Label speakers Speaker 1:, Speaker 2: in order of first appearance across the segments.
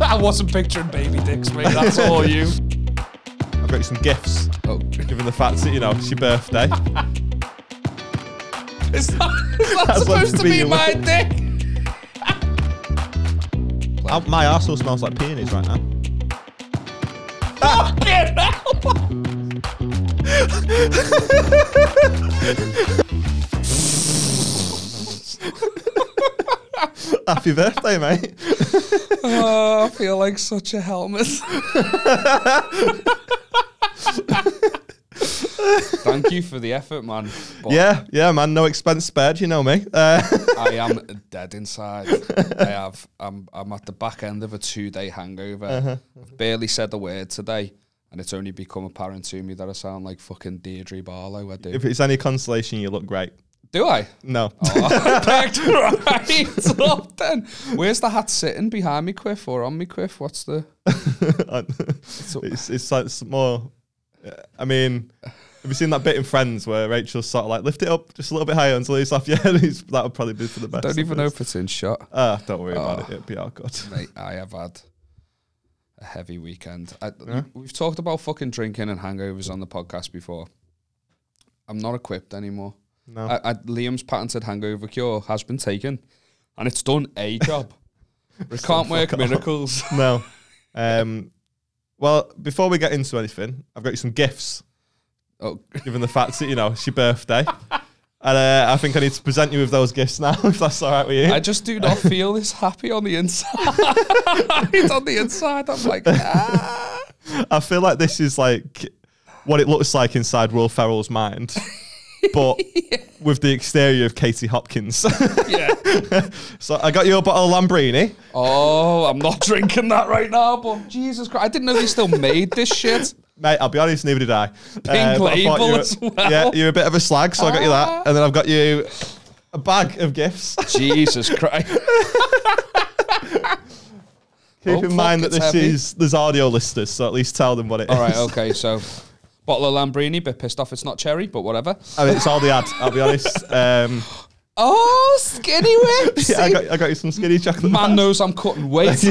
Speaker 1: I wasn't picturing baby dicks, mate. That's all you.
Speaker 2: I've got you some gifts.
Speaker 1: Oh.
Speaker 2: Given the fact that, you know, it's your birthday.
Speaker 1: Is that, is that
Speaker 2: That's
Speaker 1: supposed to be
Speaker 2: your-
Speaker 1: my dick?
Speaker 2: Ow, my arsehole smells like peonies right now.
Speaker 1: Fucking hell!
Speaker 2: Happy birthday, mate.
Speaker 1: Oh, I feel like such a helmet. Thank you for the effort, man. But
Speaker 2: Yeah, yeah, man. No expense spared, you know me. Uh,
Speaker 1: I am dead inside. I have. I'm. I'm at the back end of a two-day hangover.
Speaker 2: Uh-huh.
Speaker 1: I've barely said a word today, and it's only become apparent to me that I sound like fucking Deirdre Barlow. I do.
Speaker 2: if it's any consolation, you look great.
Speaker 1: do I?
Speaker 2: No.
Speaker 1: Oh, I pegged right up then. Where's the hat sitting behind me, Quiff, or on me, Quiff? What's the? Oh.
Speaker 2: it's, it's, it's, like it's more. uh, I mean, have you seen that bit in Friends where Rachel's sort of like, lift it up just a little bit higher until it's off your head? It's- that would probably be for the best.
Speaker 1: Don't
Speaker 2: of
Speaker 1: even know
Speaker 2: us.
Speaker 1: if it's in shot.
Speaker 2: Ah, don't worry about it. It'll be all good.
Speaker 1: Mate, I have had a heavy weekend. I, We've talked about fucking drinking and hangovers on the podcast before. I'm not equipped anymore.
Speaker 2: No.
Speaker 1: I, I, Liam's patented hangover cure has been taken, and it's done a job. it can't work miracles.
Speaker 2: no. Um, well, before we get into anything, I've got you some gifts,
Speaker 1: Oh,
Speaker 2: given the fact that, you know, it's your birthday. And uh, I think I need to present you with those gifts now, if that's all right with you.
Speaker 1: I just do not feel this happy on the inside. on the inside, I'm like, ah.
Speaker 2: I feel like this is like what it looks like inside Will Ferrell's mind, but with the exterior of Katie Hopkins.
Speaker 1: yeah.
Speaker 2: so I got you a bottle of Lambrini.
Speaker 1: Oh, I'm not drinking that right now, but Jesus Christ, I didn't know they still made this shit.
Speaker 2: Mate, I'll be honest, neither did I. Pink
Speaker 1: label as well. Ah.
Speaker 2: Yeah, you're a bit of a slag, so I got you that. And then I've got you a bag of gifts.
Speaker 1: Jesus Christ.
Speaker 2: Keep
Speaker 1: Oh,
Speaker 2: in
Speaker 1: fuck,
Speaker 2: mind that
Speaker 1: it's
Speaker 2: this
Speaker 1: heavy.
Speaker 2: is, there's audio listeners, so at least tell them what it is.
Speaker 1: All right, okay, so bottle of Lambrini, bit pissed off it's not cherry, but whatever.
Speaker 2: I mean, it's all the ad, I'll be honest. Um,
Speaker 1: Oh, skinny whips.
Speaker 2: yeah, I got, I got you some skinny chocolate.
Speaker 1: Man
Speaker 2: bars.
Speaker 1: knows I'm cutting weight.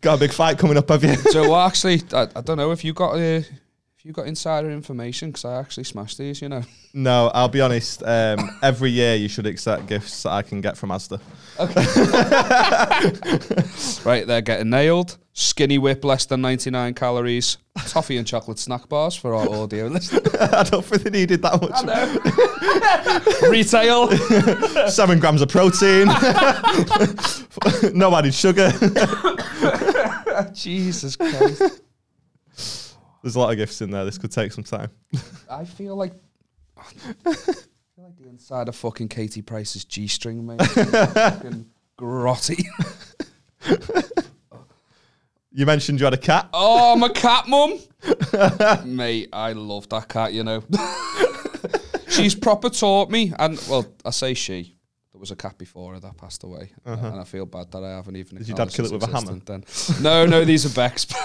Speaker 2: Got a big fight coming up, have you?
Speaker 1: so actually, I, I don't know if you got uh, if you got insider information because I actually smashed these, you know.
Speaker 2: No, I'll be honest. Um, every year you should accept gifts that I can get from Asda.
Speaker 1: Right, they're getting nailed. Skinny whip, less than 99 calories. Toffee and chocolate snack bars for our audio listeners.
Speaker 2: I don't think they needed that much.
Speaker 1: Retail.
Speaker 2: Seven grams of protein, no added sugar.
Speaker 1: Jesus Christ.
Speaker 2: There's a lot of gifts in there. This could take some time.
Speaker 1: I feel like I feel like the inside of fucking Katie Price's G string, mate. fucking grotty.
Speaker 2: You mentioned you had a cat.
Speaker 1: Oh, I'm a cat mum. mate, I love that cat, you know. She's proper taught me and well, I say she. There was a cat before her that passed away. And I feel bad that I haven't even
Speaker 2: Uh-huh. Did your dad kill
Speaker 1: acknowledged
Speaker 2: it with a hammer?
Speaker 1: its existence Then. No, no, these are Beck's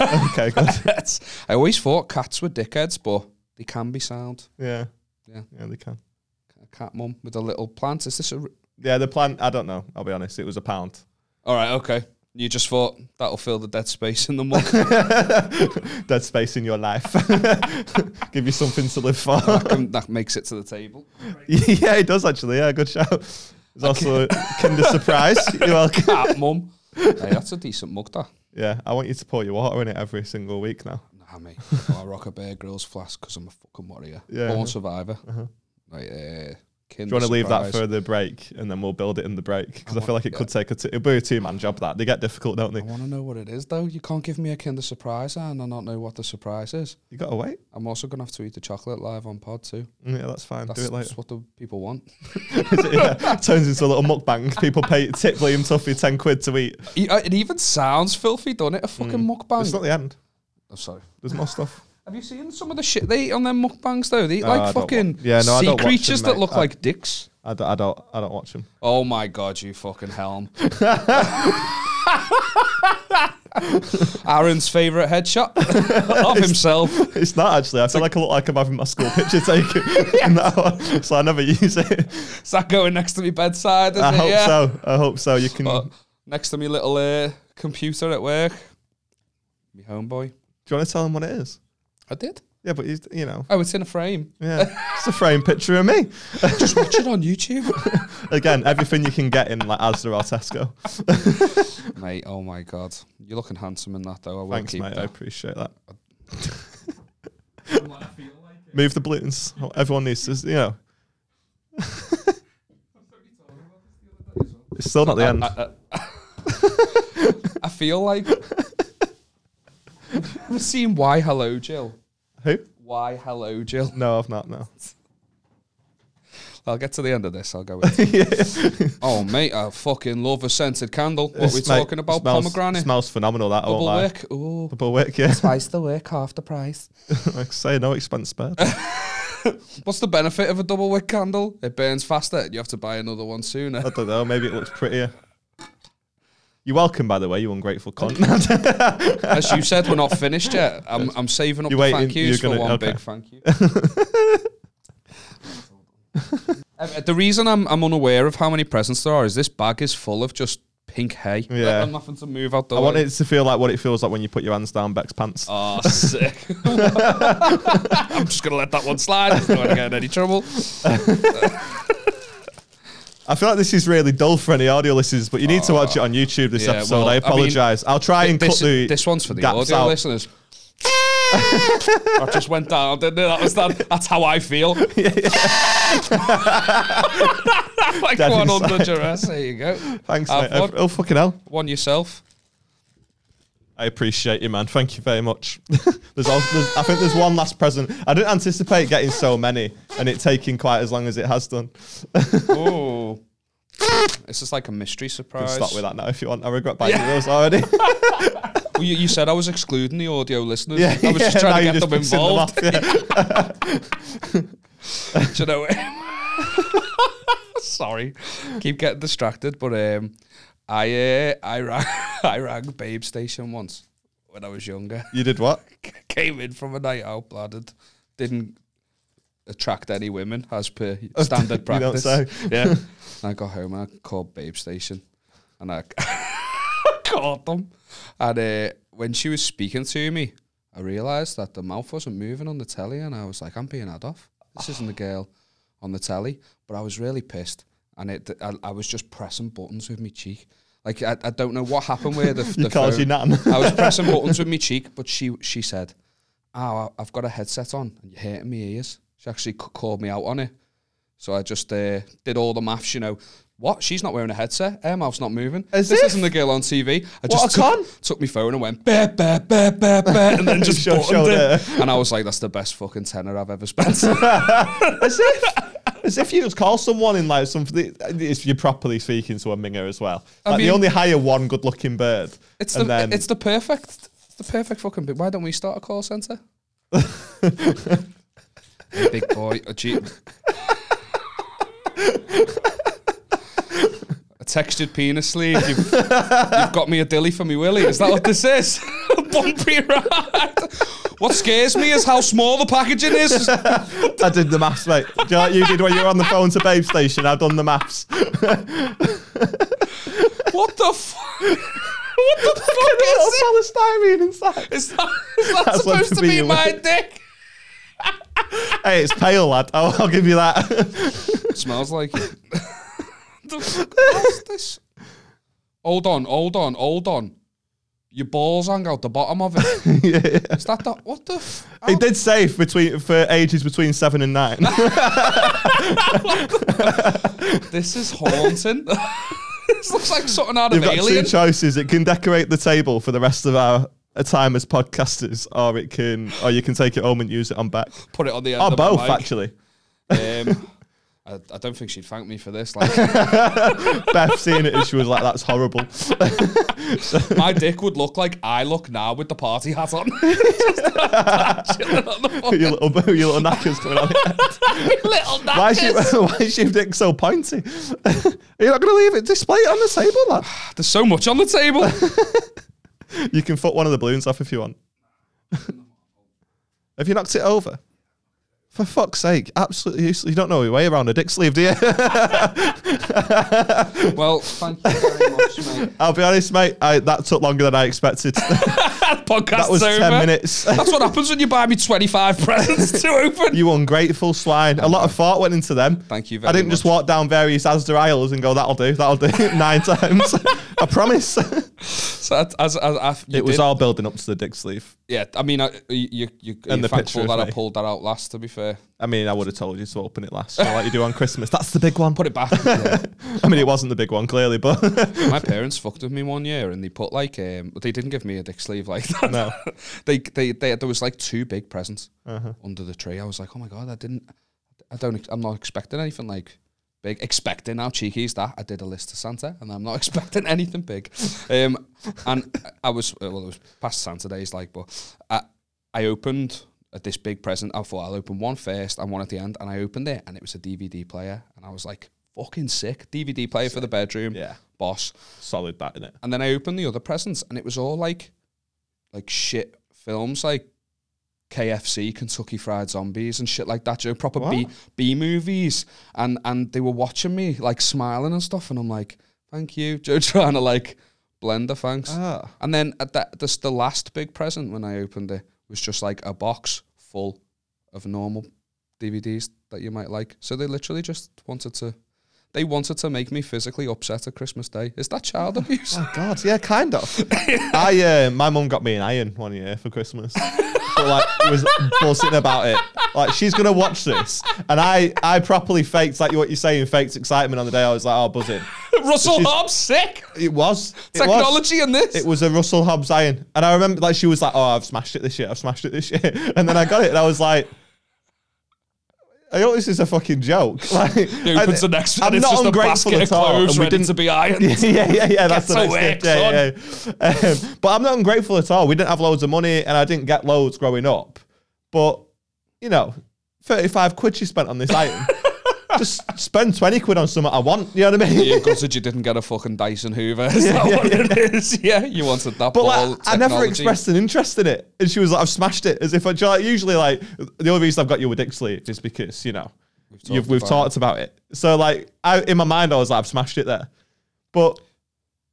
Speaker 2: Okay, good.
Speaker 1: pets. I always thought cats were dickheads, but they can be sound.
Speaker 2: Yeah,
Speaker 1: Yeah.
Speaker 2: yeah, they can.
Speaker 1: A cat mum with a little plant. Is this a r-
Speaker 2: Yeah, the plant. I don't know. I'll be honest. It was a pound.
Speaker 1: All right, okay. You just thought that'll fill the dead space in the mug.
Speaker 2: Dead space in your life. Give you something to live for.
Speaker 1: Um, that makes it to the table.
Speaker 2: yeah, it does actually. Yeah, good shout. There's also a Kinder Surprise. You're welcome.
Speaker 1: Cat mum. Hey, that's a decent mug, that.
Speaker 2: Yeah, I want you to pour your water in it every single week now.
Speaker 1: Nah, mate. Oh, I rock a Bear Grylls flask because I'm a fucking warrior.
Speaker 2: Yeah. Uh-huh.
Speaker 1: Born survivor. Right, uh,
Speaker 2: Do you want to leave that for the break and then we'll build it in the break? Because I, feel like it could take a two, it'll be a two man job. That they get difficult, don't they?
Speaker 1: I want to know what it is, though. You can't give me a Kinder Surprise and I not know what the surprise is.
Speaker 2: You gotta wait.
Speaker 1: I'm also going to have to eat the chocolate live on pod, too.
Speaker 2: Mm, Yeah, that's fine.
Speaker 1: That's,
Speaker 2: Do it
Speaker 1: that's
Speaker 2: later.
Speaker 1: what the people want.
Speaker 2: yeah, turns into a little mukbang. People pay tip Liam Tuffy ten quid to eat.
Speaker 1: E- uh, It even sounds filthy, doesn't it? A fucking
Speaker 2: Mm. It's
Speaker 1: mukbang.
Speaker 2: not the end.
Speaker 1: I'm sorry.
Speaker 2: There's more stuff.
Speaker 1: Have you seen some of the shit they eat on their mukbangs though? They eat
Speaker 2: No, I
Speaker 1: like
Speaker 2: don't
Speaker 1: fucking
Speaker 2: wa- yeah, no, I
Speaker 1: sea
Speaker 2: don't watch
Speaker 1: creatures
Speaker 2: them,
Speaker 1: that
Speaker 2: mate.
Speaker 1: look
Speaker 2: I-
Speaker 1: like dicks.
Speaker 2: I don't. I don't. I don't watch him.
Speaker 1: Oh my god, you fucking helm. Aaron's favourite headshot of himself.
Speaker 2: It's not actually. I feel like, I look like I'm having my school picture taken, in that one, so I never use it.
Speaker 1: Is that going next to me bedside? Is
Speaker 2: I
Speaker 1: it?
Speaker 2: hope
Speaker 1: yeah.
Speaker 2: so. I hope so. You can.
Speaker 1: But next to me little uh, computer at work. Me homeboy.
Speaker 2: do you want to tell him what it is?
Speaker 1: I did.
Speaker 2: Yeah, but he's, you know,
Speaker 1: Oh, it's in a frame.
Speaker 2: yeah, it's a framed picture of me.
Speaker 1: Just watch it on YouTube.
Speaker 2: Again, everything you can get in like Asda or Tesco.
Speaker 1: Mate, oh my god. You're looking handsome in that though. I will
Speaker 2: Thanks,
Speaker 1: keep
Speaker 2: mate. I
Speaker 1: that.
Speaker 2: appreciate that. Move the balloons. Everyone needs to, you know. it's still not the end.
Speaker 1: I, I feel like I've seen Why Hello Jill.
Speaker 2: Who?
Speaker 1: Why Hello Jill.
Speaker 2: No, I've not. No.
Speaker 1: I'll get to the end of this. I'll go with it. Oh mate, I fucking love a scented candle. What
Speaker 2: It's,
Speaker 1: we
Speaker 2: mate,
Speaker 1: talking about?
Speaker 2: Smells,
Speaker 1: Pomegranate.
Speaker 2: Smells phenomenal. That I
Speaker 1: Double
Speaker 2: won't lie.
Speaker 1: work. Ooh.
Speaker 2: Double work. Yeah.
Speaker 1: Twice the work, half the price.
Speaker 2: like I say, no expense spared.
Speaker 1: What's the benefit of a double wick candle? It burns faster. You have to buy another one sooner.
Speaker 2: I don't know. Maybe it looks prettier. You're welcome, by the way. You ungrateful cunt.
Speaker 1: As you said, we're not finished yet. I'm, I'm saving up
Speaker 2: You're
Speaker 1: the
Speaker 2: waiting-
Speaker 1: thank yous
Speaker 2: you're
Speaker 1: for one
Speaker 2: gonna- okay.
Speaker 1: big thank you. Um, the reason I'm, I'm unaware of how many presents there are is this bag is full of just pink hay. Like,
Speaker 2: Yeah.
Speaker 1: I'm nothing to move out the
Speaker 2: I
Speaker 1: way.
Speaker 2: want it to feel like what it feels like when you put your hands down Beck's pants.
Speaker 1: Oh, sick. I'm just going to let that one slide. I'm not going to get in any trouble.
Speaker 2: I feel like this is really dull for any audio listeners, but you need to watch it on YouTube this
Speaker 1: Ah, yeah,
Speaker 2: episode.
Speaker 1: well,
Speaker 2: I
Speaker 1: I mean,
Speaker 2: apologise. I will try and
Speaker 1: This,
Speaker 2: cut the
Speaker 1: this one's for the
Speaker 2: gaps
Speaker 1: audio
Speaker 2: out.
Speaker 1: listeners. I just went down, didn't it? That was that, that's how I feel. like
Speaker 2: Dead
Speaker 1: one under
Speaker 2: inside.
Speaker 1: duress. There you go.
Speaker 2: Thanks,
Speaker 1: Have
Speaker 2: mate. I-
Speaker 1: one.
Speaker 2: oh fucking hell!
Speaker 1: One yourself.
Speaker 2: I appreciate you, man. Thank you very much. there's, also, there's I think there's one last present. I didn't anticipate getting so many, and it taking quite as long as it has done.
Speaker 1: Oh. This is like a mystery
Speaker 2: You
Speaker 1: surprise.
Speaker 2: can stop with that now if you want. I regret buying those already.
Speaker 1: Well, you, you said I was excluding the audio listeners.
Speaker 2: yeah,
Speaker 1: I was
Speaker 2: yeah,
Speaker 1: just
Speaker 2: now
Speaker 1: trying
Speaker 2: you're
Speaker 1: to get
Speaker 2: just
Speaker 1: them
Speaker 2: pissing
Speaker 1: involved.
Speaker 2: off, yeah.
Speaker 1: Do you know? Sorry, keep getting distracted. But um, I uh, I rang I rang Babe Station once when I was younger.
Speaker 2: You did what?
Speaker 1: Came in from a night out, bladded. Didn't attract any women as per standard
Speaker 2: You don't
Speaker 1: practice.
Speaker 2: say.
Speaker 1: Yeah. and I got home and I called Babe Station and I called them. And uh, when she was speaking to me, I realised that the mouth wasn't moving on the telly and I was like, I'm being had off. This isn't the girl on the telly. But I was really pissed and it, I, I was just pressing buttons with my cheek. Like, I, I don't know what happened where the,
Speaker 2: You
Speaker 1: the
Speaker 2: called
Speaker 1: phone-
Speaker 2: you nan.
Speaker 1: I was pressing buttons with my cheek, but she she said, "Oh, I- I've got a headset on, and you're hurting my ears." She actually c- called me out on it, so I just uh, did all the maths. You know, what? She's not wearing a headset. Her mouth's not moving.
Speaker 2: As
Speaker 1: this
Speaker 2: if.
Speaker 1: isn't the girl on TV. I
Speaker 2: What
Speaker 1: just
Speaker 2: a
Speaker 1: took, took my phone and went bear bear bear bear bear, and then just
Speaker 2: Show-
Speaker 1: buttoned
Speaker 2: showed
Speaker 1: it. And I was like, "That's the best fucking tenner I've ever spent."
Speaker 2: as if as if you just call someone in like something if you're properly speaking to a minger as well.
Speaker 1: I
Speaker 2: Like they
Speaker 1: mean-
Speaker 2: only hire one good looking bird.
Speaker 1: it's the
Speaker 2: and then
Speaker 1: it's the perfect it's the perfect fucking. Bit. Why don't we start a call center? big boy, a G- a textured penis sleeve. You've, you've got me a dilly for me willy. Is that what this is? A Bumpy ride. What scares me is how small the packaging is.
Speaker 2: I did the maths, mate. Do you know what you did when you were on the phone to Babe Station? I've done the maths.
Speaker 1: What the fuck? What the fuck is it?
Speaker 2: polystyrene inside.
Speaker 1: Is that, is that
Speaker 2: That's what
Speaker 1: supposed to
Speaker 2: could be
Speaker 1: be
Speaker 2: your
Speaker 1: my
Speaker 2: willy.
Speaker 1: dick?
Speaker 2: Hey, it's pale, lad. I'll, I'll give you that.
Speaker 1: smells like it. the fuck was this? Hold on, hold on, hold on. Your balls hang out the bottom of it.
Speaker 2: yeah, yeah.
Speaker 1: Is that the what the? F-
Speaker 2: He did say between for ages between seven and nine.
Speaker 1: This is haunting. this looks like something out of
Speaker 2: You've got
Speaker 1: Alien.
Speaker 2: two choices. It can decorate the table for the rest of our time as podcasters, or it can, or you can take it home and use it on back.
Speaker 1: Put it on the end.
Speaker 2: Or
Speaker 1: of my
Speaker 2: Oh, both,
Speaker 1: mic.
Speaker 2: actually.
Speaker 1: Um, I, I don't think she'd thank me for this. Like
Speaker 2: Beth seeing it and she was like, "That's horrible."
Speaker 1: my dick would look like I look now with the party hat on. Just chilling on the fucking
Speaker 2: your little your little knackers coming on.
Speaker 1: little
Speaker 2: Why is,
Speaker 1: knackers.
Speaker 2: your, why is your dick so pointy? Are you not going to leave it? Display it on the table, lad.
Speaker 1: There's so much on the table.
Speaker 2: You can foot one of the balloons off if you want. Have you knocked it over? For fuck's sake, absolutely useless. You don't know your way around a dick sleeve, do you?
Speaker 1: Well, thank you very much, mate.
Speaker 2: I'll be honest, mate, I, that took longer than I expected. that
Speaker 1: Podcast
Speaker 2: was
Speaker 1: over.
Speaker 2: 10 minutes.
Speaker 1: That's what happens when you buy me 25 presents to open.
Speaker 2: you ungrateful swine. A lot of thought went into them.
Speaker 1: Thank you
Speaker 2: I
Speaker 1: very
Speaker 2: didn't just
Speaker 1: much.
Speaker 2: walk down various Asda aisles and go, that'll do, that'll do, nine times. I promise.
Speaker 1: So as, as, as, as you
Speaker 2: it was
Speaker 1: did-
Speaker 2: all building up to the dick sleeve.
Speaker 1: Yeah, I mean, I, you, you, you're
Speaker 2: And the picture
Speaker 1: thankful
Speaker 2: of
Speaker 1: that I
Speaker 2: me.
Speaker 1: pulled that out last, to be fair.
Speaker 2: I mean, I would have told you to open it last, so like you do on Christmas. That's the big one.
Speaker 1: Put it back.
Speaker 2: I mean, it wasn't the big one, clearly, but
Speaker 1: My parents fucked with me one year and they put like, um, they didn't give me a dick sleeve like that.
Speaker 2: no.
Speaker 1: they, they, they, there was like two big presents under the tree. I was like, oh my God, I didn't, I don't, ex- I'm not expecting anything like big. Expecting, how cheeky is that? I did a list to Santa and I'm not expecting anything big. Um, and I was, uh, well, it was past Santa days, like, but I, I opened uh, this big present. I thought I'll open one first and one at the end. And I opened it and it was a DVD player. And I was like, fucking sick. DVD player for the bedroom.
Speaker 2: Yeah.
Speaker 1: Boss.
Speaker 2: Solid that, innit?
Speaker 1: And then I opened the other presents, and it was all like, like shit films, like KFC, Kentucky Fried Zombies, and shit like that. You know, proper B B movies, and and they were watching me like smiling and stuff, and I'm like, thank you, Joe, trying to like blend the thanks.
Speaker 2: Ah.
Speaker 1: And then at that, this the last big present when I opened it was just like a box full of normal DVDs that you might like. So they literally just wanted to. They wanted to make me physically upset at Christmas Day. Is that child abuse?
Speaker 2: Oh God, yeah, kind of. I uh, my mum got me an iron one year for Christmas. But like was buzzing about it. Like she's gonna watch this, and I I properly faked like what you're saying, faked excitement on the day. I was like, oh, buzzing.
Speaker 1: Russell
Speaker 2: She's-
Speaker 1: Hobbs, sick
Speaker 2: It was It was.
Speaker 1: technology in this.
Speaker 2: It was a Russell Hobbs iron, and I remember like she was like, "Oh, I've smashed it this year. I've smashed it this year," and then I got it, and I was like. I know this is a fucking joke. Like,
Speaker 1: He opens the next one. It's just a basket of clothes ready to be ironed.
Speaker 2: yeah, yeah, yeah, yeah. That's
Speaker 1: Get
Speaker 2: the
Speaker 1: to
Speaker 2: next step. Yeah, yeah, yeah. Um, but I'm not ungrateful at all. We didn't have loads of money, and I didn't get loads growing up. But you know, 35 quid she spent on this item. Just spend 20 quid on something I want. You know what I mean?
Speaker 1: You're gutted you didn't get a fucking Dyson Hoover. Is that what it is? Yeah, you wanted that
Speaker 2: But
Speaker 1: ball.
Speaker 2: like, I never
Speaker 1: technology.
Speaker 2: expressed an interest in it, and she was like, "I've smashed it." As if I do you know, like, usually like the only reason I've got you with dick sleeve is because you know we've
Speaker 1: talked
Speaker 2: you've, we've
Speaker 1: about
Speaker 2: talked about it. So like, I, in my mind, I was like, "I've smashed it there," but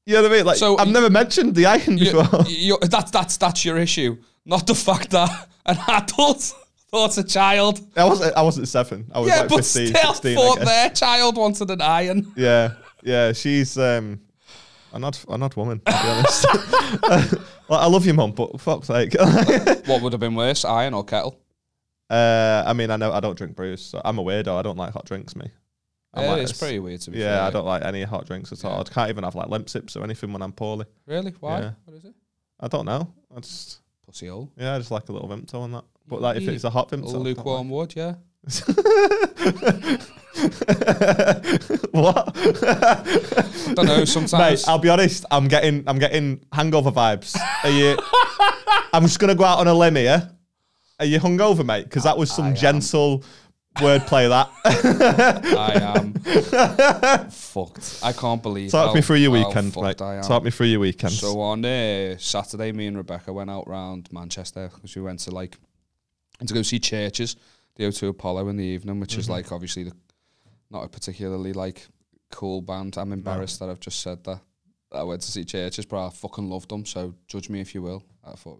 Speaker 2: you know what I mean? Like,
Speaker 1: So
Speaker 2: I've
Speaker 1: you-
Speaker 2: never mentioned the iron
Speaker 1: You,
Speaker 2: before.
Speaker 1: you, that's that's that's your issue, not the fact that an adult thought a child.
Speaker 2: I wasn't. I wasn't seven. I was
Speaker 1: Yeah,
Speaker 2: like
Speaker 1: but
Speaker 2: 15,
Speaker 1: still
Speaker 2: 16, I
Speaker 1: thought
Speaker 2: guess.
Speaker 1: their child wanted an iron.
Speaker 2: Yeah, yeah. She's um, an odd, an odd woman. To be honest, like, I love you, mum, but fuck's sake.
Speaker 1: What would have been worse, iron or kettle?
Speaker 2: Uh, I mean, I know I don't drink brews. So I'm a weirdo. I don't like hot drinks. Me, I'm
Speaker 1: Yeah,
Speaker 2: like
Speaker 1: it's
Speaker 2: this.
Speaker 1: pretty weird to be
Speaker 2: Yeah,
Speaker 1: fair.
Speaker 2: I don't like any hot drinks at all. I can't even have like limp sips or anything when I'm poorly.
Speaker 1: Really? Why?
Speaker 2: Yeah.
Speaker 1: What is it?
Speaker 2: I don't know. I just
Speaker 1: Pussy hole.
Speaker 2: yeah, I just like a little vimto on that. But like if
Speaker 1: Really?
Speaker 2: it's a hot vimto, I don't like-
Speaker 1: Lukewarm wood, yeah.
Speaker 2: what?
Speaker 1: don't know, sometimes.
Speaker 2: Mate, I'll be honest. I'm getting I'm getting hangover vibes. Are you? I'm just gonna go out on a limb here. Are you hungover, mate? Because that was some gentle wordplay. That
Speaker 1: I am fucked. I can't believe.
Speaker 2: talk
Speaker 1: how-
Speaker 2: me through your
Speaker 1: how
Speaker 2: weekend,
Speaker 1: fucked
Speaker 2: mate.
Speaker 1: I am.
Speaker 2: Talk me through your weekend.
Speaker 1: So on uh, Saturday, me and Rebecca went out round Manchester because we went to like to go see churches, the O2 Apollo in the evening, which is like obviously the, not a particularly like cool band. I'm embarrassed that I've just said that. that I went to see churches, but I fucking loved them. So judge me if you will. I thought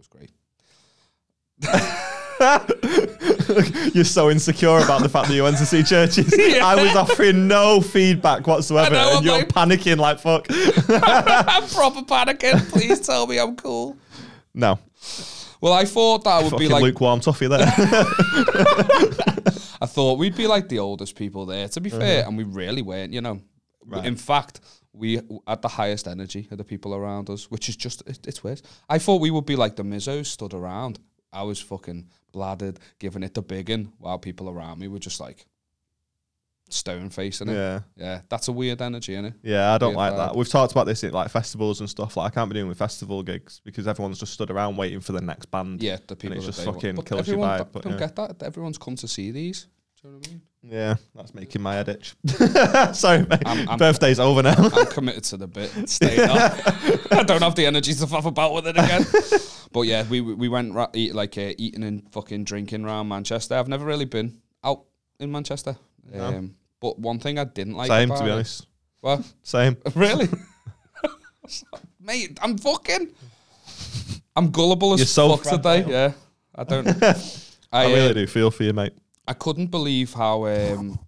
Speaker 1: it was great.
Speaker 2: You're so insecure about the fact that you went to see churches. I was offering no feedback whatsoever,
Speaker 1: I know,
Speaker 2: and
Speaker 1: I'm
Speaker 2: you're
Speaker 1: like-
Speaker 2: panicking like fuck.
Speaker 1: I'm proper panicking. Please tell me I'm cool.
Speaker 2: No,
Speaker 1: Well, I thought that would
Speaker 2: fucking
Speaker 1: be like
Speaker 2: lukewarm toffee there.
Speaker 1: I thought we'd be like the oldest people there, to be fair, and we really weren't, you know.
Speaker 2: Mm-hmm. Right.
Speaker 1: In fact, we had the highest energy of the people around us, which is just, it, it's weird. I thought we would be like the Mizzos stood around. I was fucking bladdered, giving it the biggin, while people around me were just like stone facing it.
Speaker 2: yeah,
Speaker 1: Yeah, that's a weird energy, innit?
Speaker 2: yeah, I don't
Speaker 1: Weird
Speaker 2: like
Speaker 1: vibe.
Speaker 2: that. We've talked about this at like festivals and stuff. Like I can't be doing with festival gigs because everyone's just stood around waiting for the next band.
Speaker 1: Yeah, the people
Speaker 2: it's
Speaker 1: that
Speaker 2: just
Speaker 1: they want.
Speaker 2: fucking
Speaker 1: But
Speaker 2: kills your
Speaker 1: everyone
Speaker 2: vibe,
Speaker 1: don't-
Speaker 2: but
Speaker 1: don't
Speaker 2: yeah.
Speaker 1: get that. Everyone's come to see these. Do you know what I mean?
Speaker 2: Yeah, that's making my head itch. Sorry, mate.
Speaker 1: I'm- I'm-
Speaker 2: Birthday's over now.
Speaker 1: I'm committed to the bit. It's Staying up. I don't have the energy to faff about with it again. but yeah, we we went ra- eat, like uh, eating and fucking drinking around Manchester. I've never really been out in Manchester.
Speaker 2: No.
Speaker 1: Um, But one thing I didn't like.
Speaker 2: Same, to
Speaker 1: about
Speaker 2: be
Speaker 1: it-
Speaker 2: honest.
Speaker 1: Well,
Speaker 2: Same.
Speaker 1: really, mate, I'm fucking. I'm gullible as
Speaker 2: You're so
Speaker 1: fuck today.
Speaker 2: fragile.
Speaker 1: Yeah, I don't. I,
Speaker 2: I
Speaker 1: uh,
Speaker 2: really do feel for you, mate.
Speaker 1: I couldn't believe how um,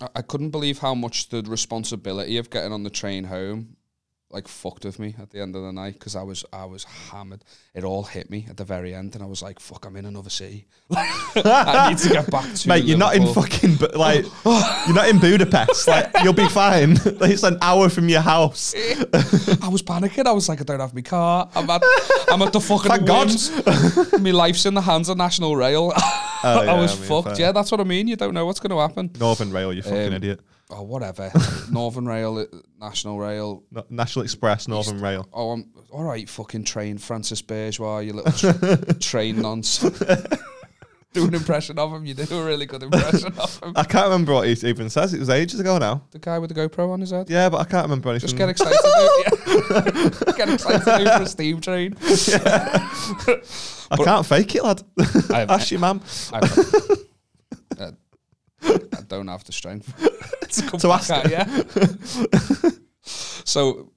Speaker 1: I, I couldn't believe how much the responsibility of getting on the train home like fucked with me at the end of the night because I was I was hammered. It all hit me at the very end, and I was like, "Fuck, I'm in another city. I need to get back to."
Speaker 2: Mate, you're not in
Speaker 1: Liverpool."
Speaker 2: fucking Bu- like you're not in Budapest. Like you'll be fine. it's an hour from your house.
Speaker 1: I was panicking. I was like, "I don't have my car. I'm at I'm at the fucking.
Speaker 2: Thank God.
Speaker 1: God, my life's in the hands of National Rail."
Speaker 2: Oh, yeah,
Speaker 1: I was
Speaker 2: I mean,
Speaker 1: fucked.
Speaker 2: fair.
Speaker 1: Yeah, that's what I mean. You don't know what's going to happen.
Speaker 2: Northern Rail, you fucking
Speaker 1: Um,
Speaker 2: idiot.
Speaker 1: Oh, whatever. Northern Rail, uh, National Rail,
Speaker 2: Na- National Express, Northern Rail.
Speaker 1: Oh, I'm all right. Fucking train, Francis Bourgeois, you little tr train nonce. do an impression of him. You do a really good impression of him.
Speaker 2: I can't remember what he even says. It was ages ago now.
Speaker 1: The guy with the GoPro on his head.
Speaker 2: Yeah, but I can't remember anything.
Speaker 1: Just get excited. dude. Yeah. get excited dude, for a steam train.
Speaker 2: I can't fake it, lad.
Speaker 1: I've-
Speaker 2: Ask your mum
Speaker 1: I, I, I don't have the strength to come
Speaker 2: To
Speaker 1: back
Speaker 2: ask
Speaker 1: at you. so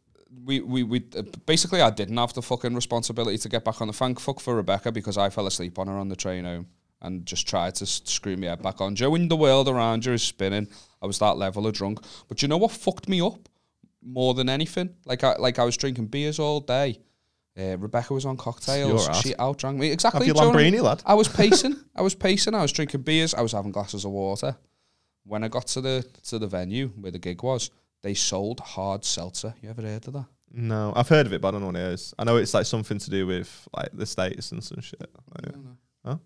Speaker 1: we we we uh, basically I didn't have the fucking responsibility to get back on the thank fuck for Rebecca because I fell asleep on her on the train home and just tried to s- screw my head back on. Joe, when the world around you is spinning, I was that level of drunk. But you know what fucked me up more than anything? Like I like I was drinking beers all day. Uh, Rebecca was on cocktails.
Speaker 2: Your arse.
Speaker 1: She outdrank me. Exactly.
Speaker 2: have your
Speaker 1: do you know what I mean?
Speaker 2: Lambrini, lad.
Speaker 1: I was pacing. I was pacing. I was drinking beers. I was having glasses of water. When I got to the to the venue where the gig was, they sold hard seltzer. You ever heard of that?
Speaker 2: No, I've heard of it, but I don't know what it is. I know it's like something to do with like the status and some shit. Like,
Speaker 1: No, no.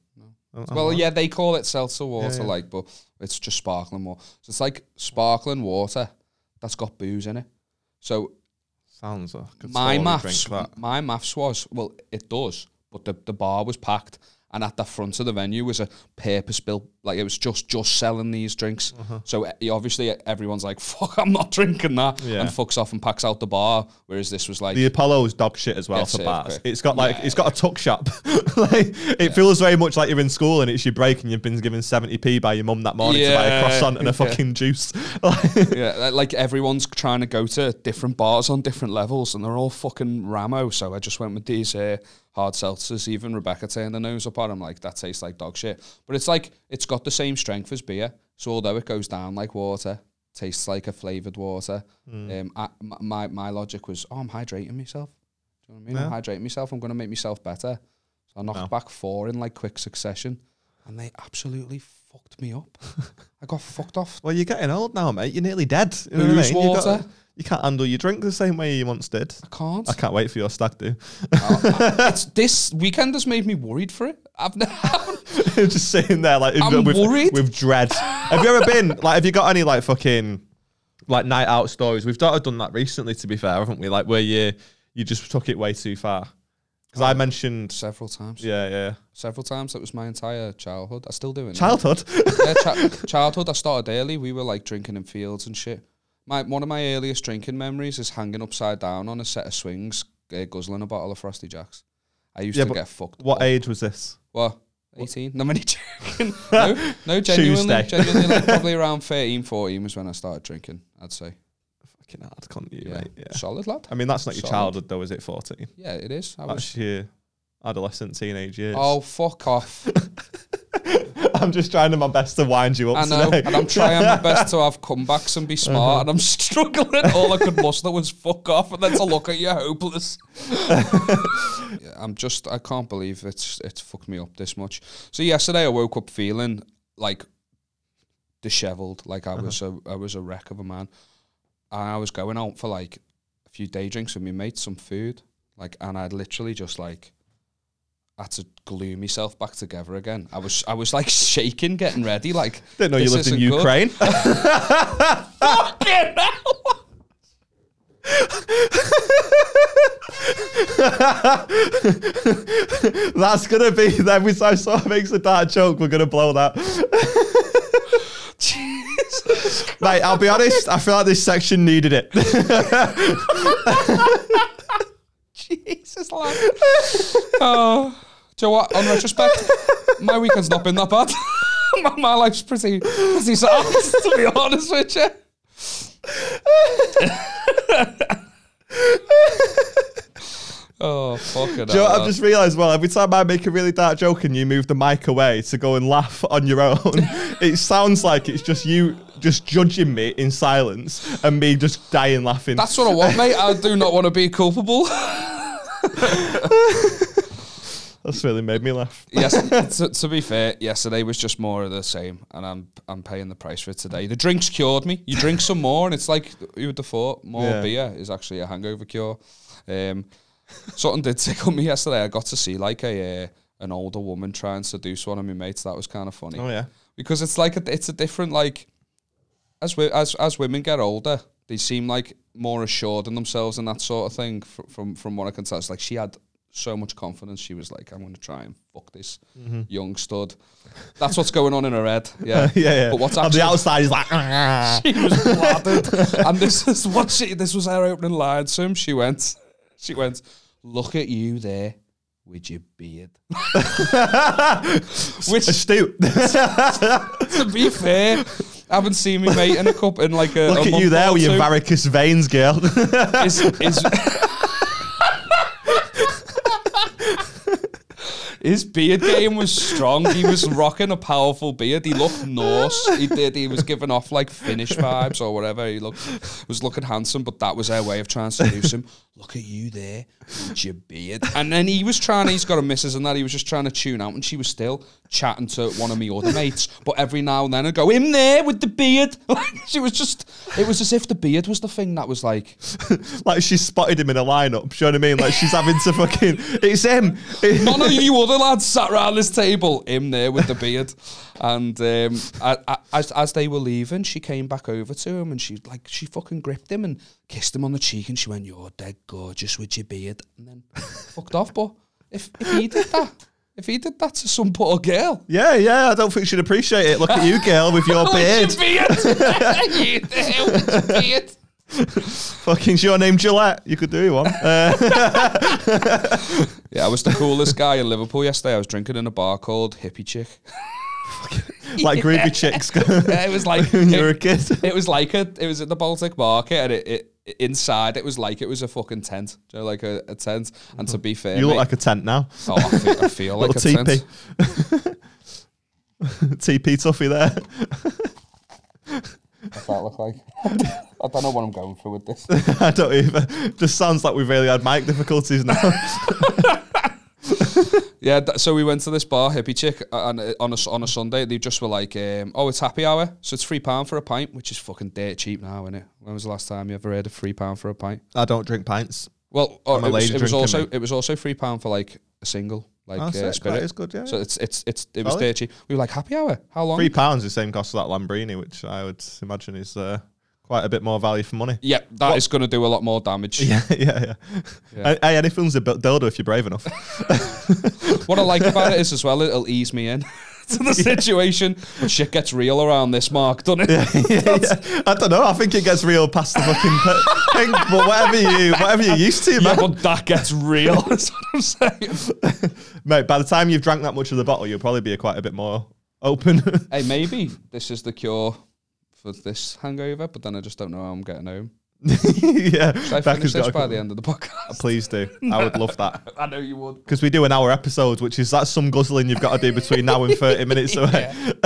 Speaker 2: I don't
Speaker 1: Well,
Speaker 2: know.
Speaker 1: yeah, they call it seltzer water,
Speaker 2: Oh, yeah.
Speaker 1: like, but it's just sparkling water. So it's like sparkling water that's got booze in it. So
Speaker 2: sounds like a
Speaker 1: my
Speaker 2: story,
Speaker 1: maths,
Speaker 2: drink that.
Speaker 1: my maths was well, it does, but the, the bar was packed, and at the front of the venue was a purpose built, like it was just just selling these drinks.
Speaker 2: Uh-huh.
Speaker 1: So eh, obviously everyone's like, "Fuck, I'm not drinking that,"
Speaker 2: Yeah.
Speaker 1: and fucks off and packs out the bar. Whereas this was like,
Speaker 2: The Apollo's dog shit as well
Speaker 1: It's
Speaker 2: for
Speaker 1: it,
Speaker 2: bars.
Speaker 1: quick.
Speaker 2: It's got like it's got a tuck shop. like it feels very much like you're in school and it's your break and you've been given seventy p by your mum that morning to buy a
Speaker 1: Yeah.
Speaker 2: croissant and a
Speaker 1: Yeah.
Speaker 2: fucking juice. Like,
Speaker 1: yeah, li- like everyone's trying to go to different bars on different levels, and they're all fucking ramo. So I just went with these uh, hard seltzers. Even Rebecca turned her nose up at. 'em, like, that tastes like dog shit. But it's like it's got the same strength as beer. So although it goes down like water, tastes like a flavored water. Um, I, m- my my logic was, oh, I'm hydrating myself. Do you know what I mean? I'm hydrating myself. I'm going to make myself better. So I knocked
Speaker 2: No.
Speaker 1: back four in like quick succession, and they absolutely fucked me up. I got fucked off
Speaker 2: well, you're getting old now, mate. You're nearly dead. You know what I
Speaker 1: Booze
Speaker 2: mean? You
Speaker 1: water.
Speaker 2: got- you can't handle your drink the same way you once did.
Speaker 1: I can't.
Speaker 2: I can't wait for your stag do.
Speaker 1: it's this weekend has made me worried for it. I've never,
Speaker 2: just sitting there like
Speaker 1: I'm
Speaker 2: with,
Speaker 1: worried.
Speaker 2: with dread. have you ever been like? Have you got any like fucking like night out stories? We've sort of done that recently, to be fair, haven't we? Like where you you just took it way too far. Because I mentioned,
Speaker 1: several times.
Speaker 2: yeah, yeah,
Speaker 1: Several times. That was my entire childhood. I still do it. now.
Speaker 2: childhood.
Speaker 1: yeah, chi- childhood. I started early. We were like drinking in fields and shit. My one of my earliest drinking memories is hanging upside down on a set of swings, uh, guzzling a bottle of Frosty Jacks. I used
Speaker 2: Yeah,
Speaker 1: to
Speaker 2: but
Speaker 1: get fucked.
Speaker 2: what
Speaker 1: up.
Speaker 2: e-, age was this?
Speaker 1: What? 18? No, many joking. No, no, genuinely,
Speaker 2: Tuesday.
Speaker 1: genuinely, like probably around 13, 14 was when I started drinking. I'd say,
Speaker 2: Fucking hard, can't you,
Speaker 1: yeah,
Speaker 2: mate? Yeah.
Speaker 1: solid lad.
Speaker 2: I mean, that's not your
Speaker 1: Solid.
Speaker 2: childhood though, is it? Fourteen.
Speaker 1: Yeah, it is. I was.
Speaker 2: That's your adolescent, teenage years.
Speaker 1: Oh, fuck off.
Speaker 2: I'm just trying to my best to wind you
Speaker 1: I
Speaker 2: up
Speaker 1: know,
Speaker 2: today. Uh-huh.
Speaker 1: and I'm trying my best to have comebacks and be smart, and I'm struggling. All I could muster was fuck off, and then to look at you hopeless. Yeah, I'm just, I can't believe it's it's fucked me up this much. So yesterday I woke up feeling like dishevelled, like
Speaker 2: Uh-huh.
Speaker 1: I was a I was a wreck of a man, and I was going out for like a few day drinks with my mates, some food, like, and I'd literally just like had to glue myself back together again. I was I was like shaking, getting ready, like
Speaker 2: Didn't know you
Speaker 1: this
Speaker 2: lived in
Speaker 1: isn't good.
Speaker 2: Ukraine.
Speaker 1: fucking hell.
Speaker 2: That's gonna be then. We I sort of makes a dark joke. We're gonna blow that. Mate, I'll be honest. I feel like this section needed it.
Speaker 1: Jesus, lad. oh, do you know what? On retrospect, my weekend's not been that bad. my, my life's pretty, pretty sad, to be honest with you. oh, fucking
Speaker 2: Do you know what
Speaker 1: hell.
Speaker 2: I've just realised? Well, every time I make a really dark joke and you move the mic away to go and laugh on your own, it sounds like it's just you just judging me in silence and me just dying laughing.
Speaker 1: That's what I want, mate. I do not want to be culpable.
Speaker 2: That's really made me laugh.
Speaker 1: yes, to, to be fair, yesterday was just more of the same, and I'm I'm paying the price for it today. The drinks cured me. You drink some more, and it's like you would have thought more
Speaker 2: Yeah.
Speaker 1: beer is actually a hangover cure. Um, something did tickle me yesterday. I got to see like a uh, an older woman try and seduce one of my mates. That was kind of funny
Speaker 2: Oh yeah.
Speaker 1: because it's like a, it's a different like as we as as women get older, they seem like more assured in themselves and that sort of thing. From from, from what I can tell, it's like she had so much confidence. She was like, "I'm going to try and fuck this
Speaker 2: Mm-hmm.
Speaker 1: young stud." That's what's going on in her head. Yeah,
Speaker 2: yeah, yeah.
Speaker 1: But what's
Speaker 2: on
Speaker 1: actually
Speaker 2: the outside is like, "Ah."
Speaker 1: she was bladdered, and this is what she. This was her opening line to him. She went, she went, "Look at you there." With your beard, which
Speaker 2: astute.
Speaker 1: to be fair, I haven't seen me mate in a cup in like a. a
Speaker 2: Look at
Speaker 1: month
Speaker 2: you there
Speaker 1: or
Speaker 2: with your
Speaker 1: two.
Speaker 2: varicose veins, girl.
Speaker 1: is is His beard game was strong. He was rocking a powerful beard. He looked Norse. He did. He was giving off like Finnish vibes or whatever. He looked was looking handsome, but that was our way of trying to seduce him. Look at you there with your beard. And then he was trying. He's got a missus and that. He was just trying to tune out, and she was still chatting to one of my other mates. But every now and then, I would go him there with the beard. Like she was just. It was as if the beard was the thing that was like.
Speaker 2: like she spotted him in a lineup. Do you know what I mean? Like she's having to fucking. It's him.
Speaker 1: None of you other lads sat round this table. Him there with the beard, and um, I, I, as as they were leaving, she came back over to him and she like she fucking gripped him and kissed him on the cheek and she went, "You're dead gorgeous with your beard," and then fucked off. But if if he did that, if he did that to some poor girl,
Speaker 2: yeah, yeah. I don't think she'd appreciate it. Look at you, girl, with your beard.
Speaker 1: with your beard, you there with your beard.
Speaker 2: Fucking's your name, Gillette. You could do one. Uh,
Speaker 1: Yeah, I was the coolest guy in Liverpool yesterday. I was drinking in a bar called Hippie Chick.
Speaker 2: like groovy chicks
Speaker 1: Yeah, it was like
Speaker 2: when you were a kid.
Speaker 1: It was like a, it was at the Baltic Market, and it, it- it inside it was like it was a fucking tent, you know, like a, a tent. And to be fair,
Speaker 2: You look
Speaker 1: mate,
Speaker 2: like a tent now.
Speaker 1: oh, I feel, I feel like a
Speaker 2: Little
Speaker 1: tent.
Speaker 2: TP. TP Toffee there.
Speaker 1: What's that look like? I don't know what I'm going for with this.
Speaker 2: I don't even. Just sounds like we've really had mic difficulties now.
Speaker 1: Yeah, th- so we went to this bar, Hippie Chick, uh, and uh, on a s- on a Sunday they just were like, um, "Oh, it's happy hour, so it's three pound for a pint," which is fucking dirt cheap now, isn't it? When was the last time you ever heard of three pound for a pint?
Speaker 2: I don't drink pints.
Speaker 1: Well, or
Speaker 2: I'm a
Speaker 1: it, was,
Speaker 2: lady
Speaker 1: it was
Speaker 2: drinker,
Speaker 1: also
Speaker 2: mate.
Speaker 1: it was also three pound for like a single, like
Speaker 2: Oh,
Speaker 1: uh,
Speaker 2: sick.
Speaker 1: spirit.
Speaker 2: That is good, yeah,
Speaker 1: So
Speaker 2: yeah.
Speaker 1: it's it's it's it was
Speaker 2: Valid.
Speaker 1: dirty. We were like happy hour. How long?
Speaker 2: Three pounds is the same cost as that Lambrini, which I would imagine is uh, quite a bit more value for money.
Speaker 1: Yeah, that is going to do a lot more damage.
Speaker 2: Yeah, yeah, yeah.
Speaker 1: Yeah.
Speaker 2: Hey, anything's a bu- dildo if you're brave enough.
Speaker 1: What I like about it is as well, it'll ease me in to the situation. But shit gets real around this mark, doesn't it?
Speaker 2: I don't know. I think it gets real past the fucking pe- thing, but whatever you whatever you're used to,
Speaker 1: Yeah,
Speaker 2: man.
Speaker 1: but that gets real. That's what I'm saying.
Speaker 2: Mate, by the time you've drank that much of the bottle, you'll probably be quite a bit more open.
Speaker 1: Hey, maybe this is the cure for this hangover, but then I just don't know how I'm getting home.
Speaker 2: yeah,
Speaker 1: Should I finish
Speaker 2: Becca's
Speaker 1: this
Speaker 2: got a
Speaker 1: by the
Speaker 2: couple-
Speaker 1: end of the podcast?
Speaker 2: Please do. I would love that.
Speaker 1: I know you would.
Speaker 2: because we do an hour episodes, which is that's some guzzling you've got to do between now and thirty minutes away.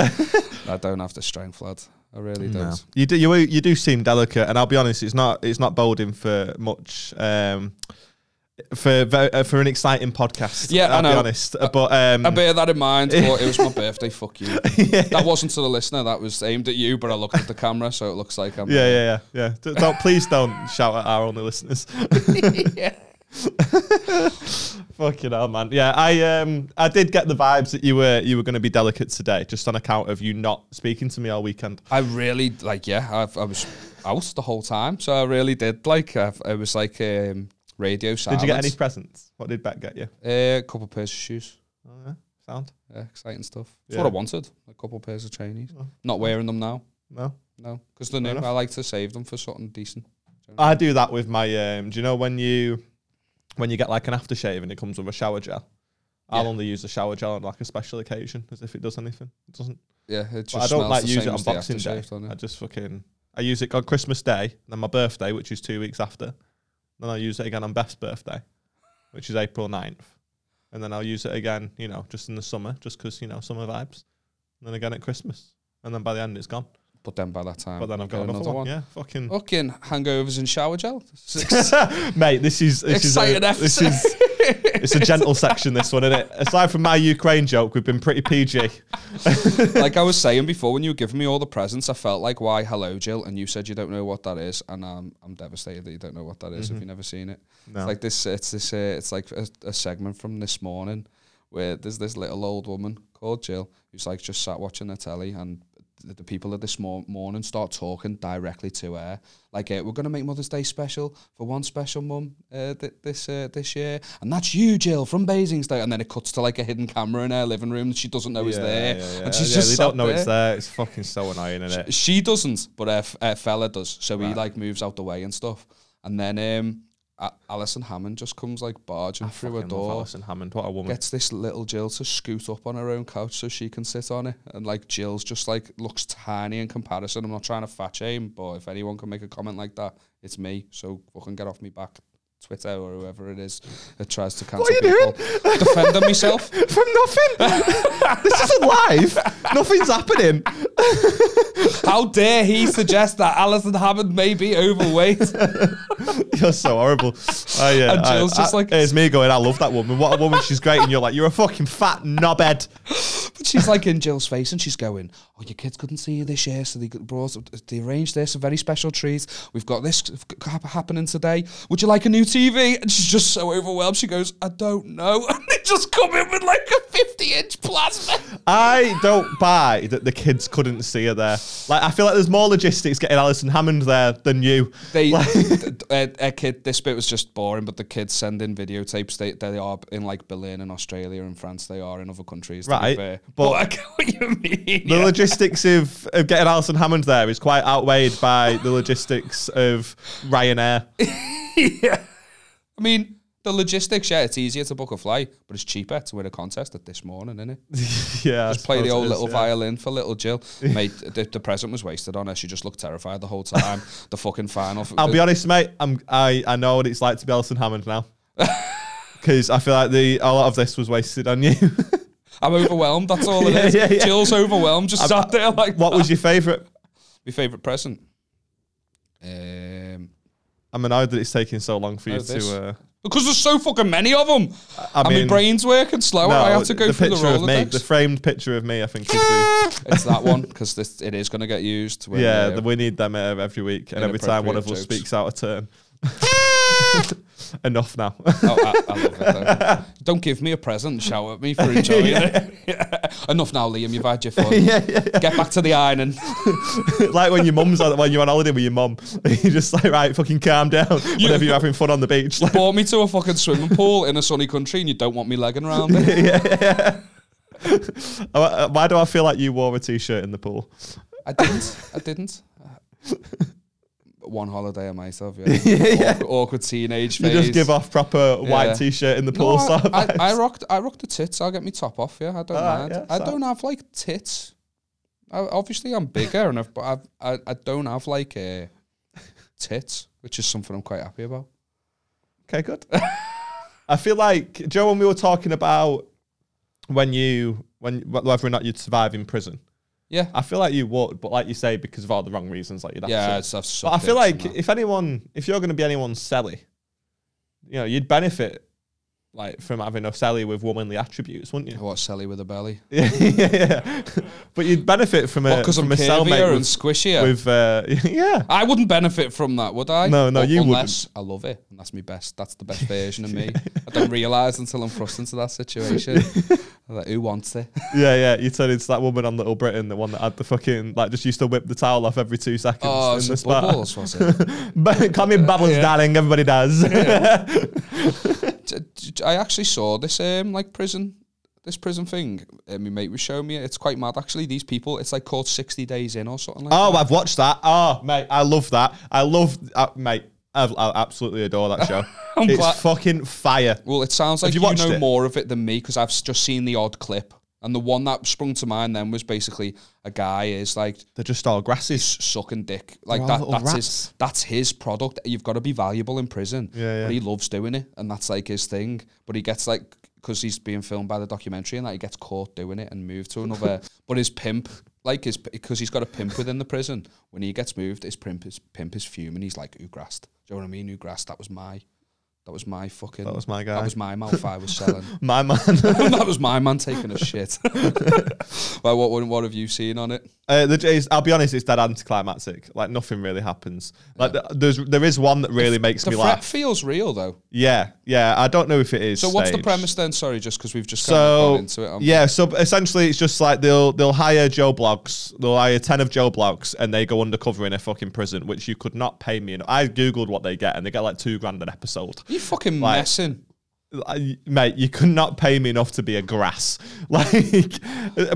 Speaker 1: I don't have the strength, lad. I really
Speaker 2: No.
Speaker 1: don't.
Speaker 2: You do you, you do seem delicate, and I'll be honest, it's not it's not boding for much. Um, for ve- uh, for an exciting podcast,
Speaker 1: Yeah, I
Speaker 2: I'll be
Speaker 1: know.
Speaker 2: honest. but um,
Speaker 1: I bear that in mind, but it was my birthday. Fuck you. That wasn't to the listener. That was aimed at you, but I looked at the camera, so it looks like I'm.
Speaker 2: yeah, yeah, yeah, yeah. D- Don't please don't shout at our only listeners.
Speaker 1: yeah.
Speaker 2: Fucking hell, man. Yeah, I um I did get the vibes that you were you were going to be delicate today, just on account of you not speaking to me all weekend.
Speaker 1: I really like yeah. I, I was out the whole time, so I really did like. I, I was like um, radio
Speaker 2: Did
Speaker 1: silence.
Speaker 2: you get any presents? What did Beck get you?
Speaker 1: A uh, couple pairs of shoes.
Speaker 2: Oh, yeah. Sound
Speaker 1: Yeah, exciting stuff. That's
Speaker 2: Yeah.
Speaker 1: what I wanted. A couple pairs of Chinese. Not wearing them now.
Speaker 2: no.
Speaker 1: No, because the new,
Speaker 2: enough.
Speaker 1: I like to save them for something decent.
Speaker 2: I do that with my. Um, do you know when you when you get like an aftershave and it comes with a shower gel? I'll
Speaker 1: Yeah.
Speaker 2: only use the shower gel on like a special occasion, as if it does anything. It doesn't.
Speaker 1: Yeah, it just
Speaker 2: But I don't
Speaker 1: smells
Speaker 2: like
Speaker 1: the
Speaker 2: use
Speaker 1: same
Speaker 2: it on
Speaker 1: as the
Speaker 2: Boxing Day.
Speaker 1: aftershave, don't it?
Speaker 2: I just fucking I use it on Christmas Day, then my birthday, which is two weeks after. Then I use it again on Beth's birthday, which is April 9th. and then I'll use it again, you know, just in the summer, just 'cause you know summer vibes. And then again at Christmas, and then by the end it's gone.
Speaker 1: But then by that time,
Speaker 2: But then I've got
Speaker 1: get
Speaker 2: another, one. Yeah, fucking
Speaker 1: Fucking hangovers and shower gel.
Speaker 2: mate. This is this
Speaker 1: Exciting
Speaker 2: is a, this is it's a gentle section. This one, isn't it? Aside from my Ukraine joke, we've been pretty PG.
Speaker 1: like I was saying before, when you were giving me all the presents, I felt like, "Why, hello, Jill?" And you said you don't know what that is, and I'm I'm devastated that you don't know what that is if you've never seen it.
Speaker 2: No.
Speaker 1: It's like this. It's this. Uh, it's like a, a segment from this morning where there's this little old woman called Jill who's like just sat watching the telly and. th- The people at this mor- morning start talking directly to her, like uh, we're going to make Mother's Day special for one special mum uh, th- this uh, this year, and that's you, Jill from Basingstoke. And then it cuts to like a hidden camera in her living room that she doesn't know is there, and she's just
Speaker 2: they
Speaker 1: sat
Speaker 2: don't know it's
Speaker 1: there.
Speaker 2: there. It's fucking so annoying, isn't it?
Speaker 1: She doesn't, but her, f- her fella does. So he
Speaker 2: Right.
Speaker 1: like moves out the way and stuff. And then um, A- Alison Hammond just comes like barging through a door,
Speaker 2: Alison Hammond, what a woman.
Speaker 1: gets this little Jill to scoot up on her own couch so she can sit on it. And like Jill's just like looks tiny in comparison. I'm not trying to fat shame, but if anyone can make a comment like that, it's me. So fucking get off me back. Twitter or whoever it is that tries to cancel
Speaker 2: What are you
Speaker 1: people, defending myself.
Speaker 2: From nothing. this isn't live. Nothing's happening.
Speaker 1: How dare he suggest that Alison Hammond may be overweight?
Speaker 2: You're so horrible. I, yeah,
Speaker 1: And Jill's
Speaker 2: I-
Speaker 1: just
Speaker 2: I-
Speaker 1: like-
Speaker 2: it's me going. I love that woman. What a woman. She's great. And you're like, you're a fucking fat knobhead.
Speaker 1: But she's like in Jill's face, and she's going, "Oh, your kids couldn't see you this year, so they brought, they arranged this a very special treat. We've got this hap- happening today. Would you like a new TV?" And she's just so overwhelmed. She goes, "I don't know," and they just come in with like a fifty-inch plasma.
Speaker 2: I don't buy that the kids couldn't see her there. Like, I feel like there's more logistics getting Alison Hammond there than you.
Speaker 1: They,
Speaker 2: Like-
Speaker 1: a, a kid. This bit was just boring, but the kids send in videotapes. They, they are in like Berlin and Australia and France. They are in other countries. to be
Speaker 2: Right,
Speaker 1: fair. But,
Speaker 2: but-
Speaker 1: I get what you mean.
Speaker 2: the
Speaker 1: yeah.
Speaker 2: logistics of, of getting Alison Hammond there is quite outweighed by the logistics of Ryanair.
Speaker 1: yeah. I mean, the logistics, yeah, it's easier to book a flight, but it's cheaper to win a contest at this morning, isn't it?
Speaker 2: yeah,
Speaker 1: Just play the old little violin for little Jill. Mate, the, the present was wasted on her. She just looked terrified the whole time. the fucking final.
Speaker 2: I'll be honest, mate. I'm I, I know what it's like to be Alison Hammond now. Because I feel like the a lot of this was wasted on you.
Speaker 1: I'm overwhelmed, that's all it
Speaker 2: Yeah,
Speaker 1: is.
Speaker 2: yeah, yeah.
Speaker 1: Jill's overwhelmed, just sat there like,
Speaker 2: what was your favourite?
Speaker 1: my favourite present? Um,
Speaker 2: I'm annoyed that it's taking so long for you
Speaker 1: Oh, this.
Speaker 2: to. Uh,
Speaker 1: because there's so fucking many of them.
Speaker 2: I
Speaker 1: and
Speaker 2: mean,
Speaker 1: my brain's working slower. I have to go
Speaker 2: the
Speaker 1: through the
Speaker 2: picture of me,
Speaker 1: Rolodex.
Speaker 2: the framed picture of me. I think is the,
Speaker 1: it's that one because it is going to get used. when,
Speaker 2: yeah,
Speaker 1: uh,
Speaker 2: the, we need them uh, every week, and every time one of us
Speaker 1: Inappropriate jokes.
Speaker 2: speaks out of turn. Enough now.
Speaker 1: Oh, I, I love it. Though. Don't give me a present. and Shout at me for enjoying it. Enough now, Liam. You've had your fun. Get back to the ironing.
Speaker 2: like when your mum's on, when you're on holiday with your mum, you're just like, right, fucking calm down. Whenever you're having fun on the beach, like,
Speaker 1: Brought me to a fucking swimming pool in a sunny country, and you don't want me legging around it.
Speaker 2: uh, uh, why do I feel like you wore a t-shirt in the pool?
Speaker 1: I didn't. I didn't. One holiday I might have. Yeah. Awkward, awkward teenage
Speaker 2: You
Speaker 1: phase.
Speaker 2: just give off proper white
Speaker 1: Yeah.
Speaker 2: t-shirt in the
Speaker 1: No,
Speaker 2: pool.
Speaker 1: I,
Speaker 2: so-
Speaker 1: I, I rocked. I rocked the tits. I'll get me top off. Yeah, I don't
Speaker 2: Alright,
Speaker 1: mind.
Speaker 2: yeah,
Speaker 1: I
Speaker 2: so-
Speaker 1: don't have like tits. I, obviously, I'm bigger and I've, but I've, I I don't have like uh, tits, which is something I'm quite happy about.
Speaker 2: okay, good. I feel like Joe, when we were talking about when you when whether or not you'd survive in prison,
Speaker 1: Yeah,
Speaker 2: I feel like you would, but like you say, because of all the wrong reasons, like you'd have
Speaker 1: yeah.
Speaker 2: to.
Speaker 1: It's, I've
Speaker 2: But I
Speaker 1: sucked
Speaker 2: feel
Speaker 1: dicks and
Speaker 2: like
Speaker 1: that.
Speaker 2: if anyone, if you're going to be anyone's celly, you know, you'd benefit like from having a celly with womanly attributes, wouldn't
Speaker 1: I
Speaker 2: you?
Speaker 1: watch Sally with a belly
Speaker 2: yeah, yeah. But you'd benefit from a
Speaker 1: because
Speaker 2: from
Speaker 1: I'm
Speaker 2: a Uh, cellmate
Speaker 1: curvier and
Speaker 2: with,
Speaker 1: squishier.
Speaker 2: with uh, yeah.
Speaker 1: I wouldn't benefit from that, would I?
Speaker 2: No, no,
Speaker 1: U-
Speaker 2: you
Speaker 1: unless I love it, and that's my best. That's the best version of me. I don't realize until I'm thrust into that situation. I'm like, who wants it?
Speaker 2: Yeah, yeah. You turn into that woman on Little Britain, the one that had the fucking like just used to whip the towel off every two seconds
Speaker 1: Oh,
Speaker 2: in
Speaker 1: it's
Speaker 2: the
Speaker 1: the
Speaker 2: spa.
Speaker 1: bubbles, was it?
Speaker 2: But call me bubbles,
Speaker 1: Yeah.
Speaker 2: darling. Everybody does.
Speaker 1: D- d- I actually saw this um like prison this prison thing, uh, my mate was showing me. it. It's quite mad, actually. These people, it's like called 60 days in or something like
Speaker 2: Oh, I've watched that. Oh, mate, I love that. I love, uh, mate. I've, I absolutely adore that show.
Speaker 1: I'm
Speaker 2: it's
Speaker 1: glad-
Speaker 2: fucking fire.
Speaker 1: Well, it sounds like
Speaker 2: you
Speaker 1: you,
Speaker 2: watched
Speaker 1: know
Speaker 2: it?
Speaker 1: more of it than me because I've s- just seen the odd clip. And the one that sprung to mind then was basically a guy is like
Speaker 2: They're just all grasses.
Speaker 1: sucking dick. Like
Speaker 2: all
Speaker 1: that
Speaker 2: little
Speaker 1: that's
Speaker 2: rats.
Speaker 1: his that's his product. You've got to be valuable in prison.
Speaker 2: Yeah, yeah.
Speaker 1: But he loves doing it and that's like his thing. But he gets like because he's being filmed by the documentary and that he gets caught doing it and moved to another but his pimp like his because he's got a pimp within the prison. When he gets moved, his pimp is pimp is fuming. He's like, Who grassed? Do you know what I mean? Who grassed? That was my that was my fucking
Speaker 2: That was my guy.
Speaker 1: that was my mouth I was selling.
Speaker 2: my man.
Speaker 1: that was my man taking a shit. well, what, what what have you seen on it?
Speaker 2: Uh, the, it's, I'll be honest, it's dead anticlimactic. Like nothing really happens. Like th- there's there is one that really makes
Speaker 1: The
Speaker 2: me
Speaker 1: threat
Speaker 2: laugh.
Speaker 1: feels real though.
Speaker 2: Yeah, yeah. I don't know if it is.
Speaker 1: So what's the
Speaker 2: staged.
Speaker 1: premise then? Sorry, just because we've just kind of
Speaker 2: So
Speaker 1: gone into it. Um, haven't we?
Speaker 2: yeah, so essentially it's just like they'll they'll hire Joe Blogs, they'll hire ten of Joe Blogs, and they go undercover in a fucking prison, which you could not pay me. enough. I googled what they get, and they get like two grand an episode.
Speaker 1: you fucking
Speaker 2: Like-
Speaker 1: messing.
Speaker 2: I- mate, you could not pay me enough to be a grass. Like,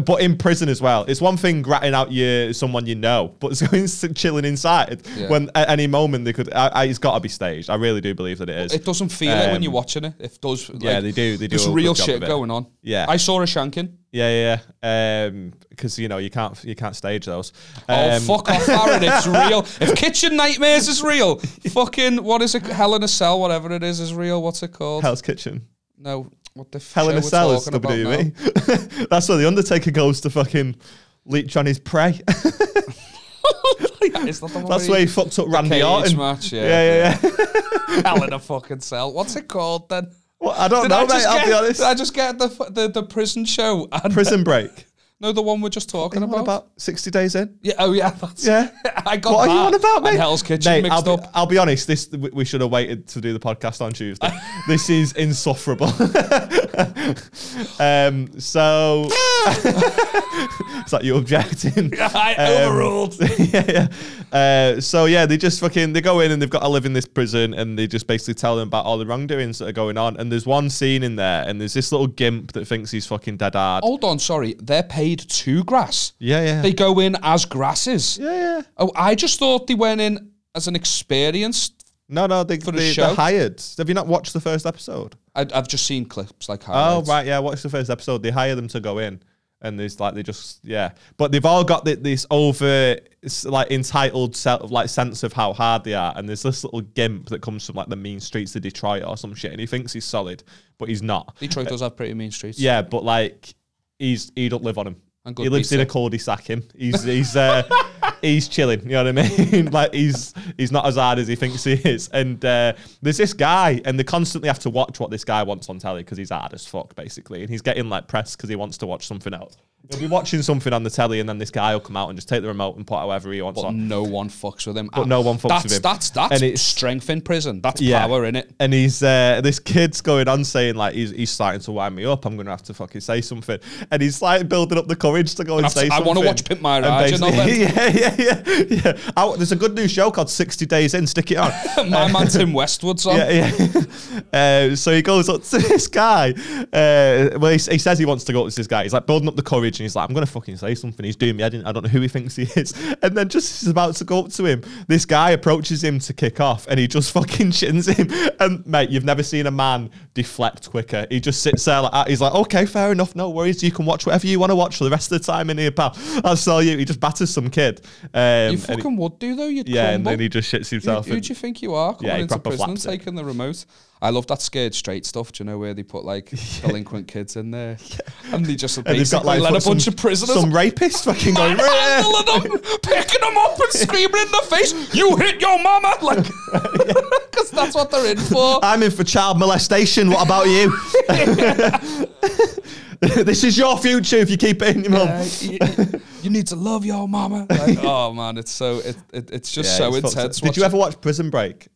Speaker 2: but in prison as well. It's one thing gratting out your someone you know, but it's going s- chilling inside
Speaker 1: Yeah.
Speaker 2: when at any moment they could. I, I, it's got to be staged. I really do believe that it is.
Speaker 1: It doesn't feel it when
Speaker 2: Um,
Speaker 1: you're watching it. If those like,
Speaker 2: yeah, they do. They do.
Speaker 1: There's
Speaker 2: a good
Speaker 1: real
Speaker 2: job
Speaker 1: shit
Speaker 2: of it.
Speaker 1: going on.
Speaker 2: Yeah.
Speaker 1: I saw a shanking.
Speaker 2: Yeah, yeah. Because you know you can't you can't stage those.
Speaker 1: Oh
Speaker 2: Um,
Speaker 1: fuck off, Aaron! It's real. If Kitchen Nightmares is real, fucking what is it? Hell in a Cell, whatever it is, is real. What's it called?
Speaker 2: Hell's Kitchen.
Speaker 1: no, what the f-
Speaker 2: Hell in
Speaker 1: show we're
Speaker 2: a Cell is E?
Speaker 1: talking about now?
Speaker 2: WWE. That's where the Undertaker goes to fucking leech on his prey.
Speaker 1: Is that the one
Speaker 2: That's
Speaker 1: where
Speaker 2: where
Speaker 1: he-
Speaker 2: he fucked up Randy
Speaker 1: cage
Speaker 2: Orton.
Speaker 1: match, yeah.
Speaker 2: yeah, yeah.
Speaker 1: hell in a fucking cell. What's it called then?
Speaker 2: Well, I don't
Speaker 1: Did
Speaker 2: know,
Speaker 1: I
Speaker 2: mate.
Speaker 1: just
Speaker 2: I'll
Speaker 1: get,
Speaker 2: be honest.
Speaker 1: Did I just get the f- the, the prison show? And,
Speaker 2: Prison Break.
Speaker 1: no, the one we're just talking
Speaker 2: What
Speaker 1: about.
Speaker 2: about 60 days in?
Speaker 1: Yeah. Oh yeah. That's,
Speaker 2: Yeah.
Speaker 1: I got
Speaker 2: What
Speaker 1: that.
Speaker 2: are you on about,
Speaker 1: and
Speaker 2: mate?
Speaker 1: Hell's Kitchen
Speaker 2: Mate,
Speaker 1: mixed
Speaker 2: I'll,
Speaker 1: up.
Speaker 2: Be, I'll be honest. This we, we should have waited to do the podcast on Tuesday. this is insufferable. um, so it's like you objecting.
Speaker 1: I
Speaker 2: Um,
Speaker 1: overruled.
Speaker 2: yeah, yeah. Uh, so yeah, they just fucking they go in and they've got to live in this prison, and they just basically tell them about all the wrongdoings that are going on. And there's one scene in there, and there's this little gimp that thinks he's fucking dead hard.
Speaker 1: Hold on, sorry. They're paid to grass.
Speaker 2: yeah, yeah,
Speaker 1: Oh, They go in as grasses.
Speaker 2: yeah, yeah.
Speaker 1: Oh, I just thought they went in as an experienced.
Speaker 2: No, no, they,
Speaker 1: the
Speaker 2: they,
Speaker 1: show?
Speaker 2: they're hired. Have you not watched the first episode?
Speaker 1: I, I've just seen clips like
Speaker 2: Oh,
Speaker 1: highlights.
Speaker 2: right, yeah, watch the first episode. They hire them to go in, and there's like they just yeah, but they've all got thi- this over s- like entitled self like sense of how hard they are, and there's this little gimp that comes from like the mean streets of Detroit or some shit, and he thinks he's solid, but he's not.
Speaker 1: Detroit does have pretty mean streets.
Speaker 2: Yeah, but like he's he don't live on him.
Speaker 1: And good
Speaker 2: He lives in a
Speaker 1: pizza.
Speaker 2: cul-de-sac. Him, he's he's uh, he's chilling. You know what I mean? like he's he's not as hard as he thinks he is. And uh, there's this guy, and they constantly have to watch what this guy wants on telly because he's hard as fuck, basically. And he's getting like press because he wants to watch something else. He'll be watching something on the telly, and then this guy will come out and just take the remote and put however he wants on.
Speaker 1: No one fucks with him.
Speaker 2: But no one fucks
Speaker 1: that's,
Speaker 2: with him.
Speaker 1: That's that's
Speaker 2: And it's-
Speaker 1: strength in prison. That's
Speaker 2: Yeah.
Speaker 1: power in it.
Speaker 2: and he's uh, this kid's going on saying like he's, he's starting to wind me up. I'm gonna have to fucking say something, and he's like building up the courage to go and
Speaker 1: I've-
Speaker 2: say
Speaker 1: I
Speaker 2: something.
Speaker 1: wanna watch Pimp My Ride, you know,
Speaker 2: basically- yeah, yeah, yeah, yeah. Oh, there's a good new show called 60 Days In. Stick it on.
Speaker 1: My man Tim Westwood's on.
Speaker 2: Yeah, yeah. Uh, so he goes up to this guy. Uh, well, he, s- he says he wants to go up to this guy. He's like building up the courage, and he's like, "I'm gonna fucking say something." He's doing me. I, didn't, I don't know who he thinks he is. And then just as he's about to go up to him, this guy approaches him to kick off, and he just fucking shins him. And mate, you've never seen a man deflect quicker. He just sits there like that. He's like, "Okay, fair enough. No worries. You can watch whatever you want to watch for the rest of the time in here, pal. I'll sell you." He just batters some kid. Um, and
Speaker 1: You
Speaker 2: he-
Speaker 1: fucking would do though. You'd
Speaker 2: yeah, and
Speaker 1: crumble.
Speaker 2: then he just shits himself.
Speaker 1: Who, who
Speaker 2: and-
Speaker 1: do you think you are coming
Speaker 2: Yeah, he
Speaker 1: into
Speaker 2: proper
Speaker 1: prison and
Speaker 2: flaps it.
Speaker 1: taking the remote? I love that scared straight stuff. Do you know where they put like delinquent kids in there, and they just
Speaker 2: And they've got
Speaker 1: basically
Speaker 2: like
Speaker 1: let a
Speaker 2: what, some-
Speaker 1: bunch of prisoners
Speaker 2: Some rapist fucking going. "Rah!"
Speaker 1: manhandling them, picking them up and screaming in the face, "You hit your mama!" Like, because that's what they're in for.
Speaker 2: I'm in for child molestation. What about you? this is your future if you keep it in your mum.
Speaker 1: Uh, you, you- you need to love your mama. Like, oh man, it's so it, it it's just
Speaker 2: Yeah,
Speaker 1: so
Speaker 2: it's fucked up.
Speaker 1: intense.
Speaker 2: Did you
Speaker 1: watching-
Speaker 2: ever watch Prison Break?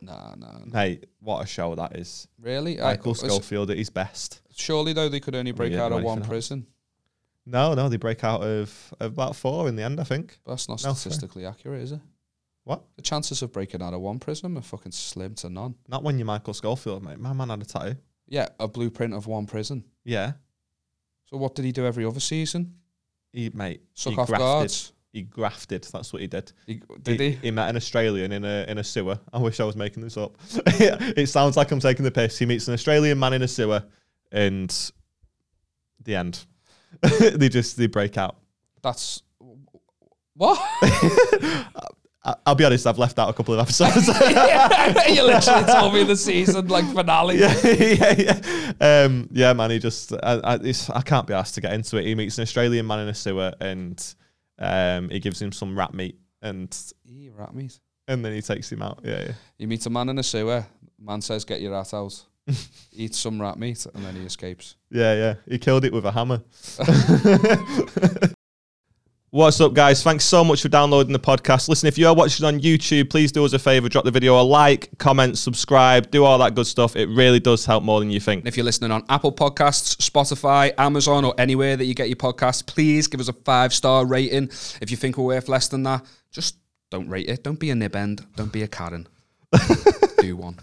Speaker 1: Nah, nah. nah.
Speaker 2: Hey, what a show that is.
Speaker 1: Really? I-
Speaker 2: Michael
Speaker 1: it's-
Speaker 2: Schofield at his best.
Speaker 1: Surely though, they could only break
Speaker 2: yeah,
Speaker 1: out of
Speaker 2: right,
Speaker 1: one
Speaker 2: for now.
Speaker 1: prison.
Speaker 2: No, no, they break out of, of about four in the end, I think.
Speaker 1: That's not
Speaker 2: No, sorry.
Speaker 1: statistically accurate, is it?
Speaker 2: What?
Speaker 1: The chances of breaking out of one prison are fucking slim to none.
Speaker 2: Not when you're Michael Schofield, mate. My man had a tattoo.
Speaker 1: Yeah, a blueprint of one prison.
Speaker 2: Yeah.
Speaker 1: So what did he do every other season?
Speaker 2: He mate,
Speaker 1: Suck
Speaker 2: he
Speaker 1: off
Speaker 2: grafted.
Speaker 1: guards.
Speaker 2: He grafted. That's what he did.
Speaker 1: He, did he?
Speaker 2: He met an Australian in a in a sewer. I wish I was making this up. it sounds like I'm taking the piss. He meets an Australian man in a sewer, and the end. they just they break out.
Speaker 1: That's what?
Speaker 2: I, I'll be honest. I've left out a couple of episodes.
Speaker 1: you literally told me the season like finale.
Speaker 2: yeah, yeah, yeah. Um, yeah, man. He just I, I, it's, I can't be asked to get into it. He meets an Australian man in a sewer, and um, he gives him some rat meat, and
Speaker 1: He rat meat.
Speaker 2: and then he takes him out. Yeah, yeah.
Speaker 1: You meet a man in a sewer. Man says, "Get your rat out." Eat some rat meat, and then he escapes.
Speaker 2: Yeah, yeah. He killed it with a hammer. What's up, guys? Thanks so much for downloading the podcast. Listen, if you are watching on YouTube, please do us a favor drop the video a like, comment, subscribe, do all that good stuff. It really does help more than you think.
Speaker 1: And if you're listening on Apple Podcasts, Spotify, Amazon, or anywhere that you get your podcasts, please give us a five star rating. If you think we're worth less than that, just don't rate it. Don't be a nib end. Don't be a Karen. Do one.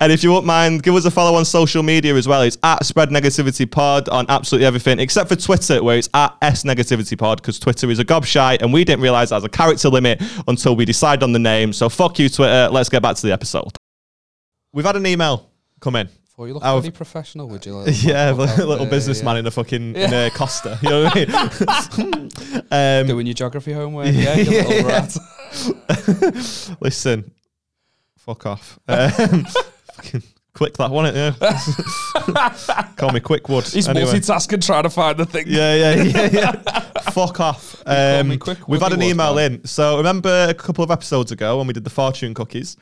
Speaker 2: And if you won't mind, give us a follow on social media as well. It's at Spread Negativity Pod on absolutely everything, except for Twitter, where it's at S Negativity Pod, because Twitter is a gobshite, and we didn't realize that was a character limit until we decided on the name. So fuck you, Twitter. Let's get back to the episode. We've had an email come in.
Speaker 1: Before you look
Speaker 2: I've-
Speaker 1: pretty professional, would you?
Speaker 2: Yeah, a
Speaker 1: Fuck out
Speaker 2: little
Speaker 1: there,
Speaker 2: businessman
Speaker 1: yeah.
Speaker 2: in a fucking in a Costa. You know what I mean? um,
Speaker 1: Doing your geography homework, yeah, you little rat.
Speaker 2: listen, fuck off. Um, fucking quick that one, yeah. Call me Quickwood.
Speaker 1: He's
Speaker 2: Anyway.
Speaker 1: multitasking trying to find the thing.
Speaker 2: Yeah, yeah, yeah, yeah. Fuck off. Um,
Speaker 1: me quick,
Speaker 2: we've had an
Speaker 1: Woody
Speaker 2: email
Speaker 1: Ward,
Speaker 2: in. So remember a couple of episodes ago when we did the fortune cookies?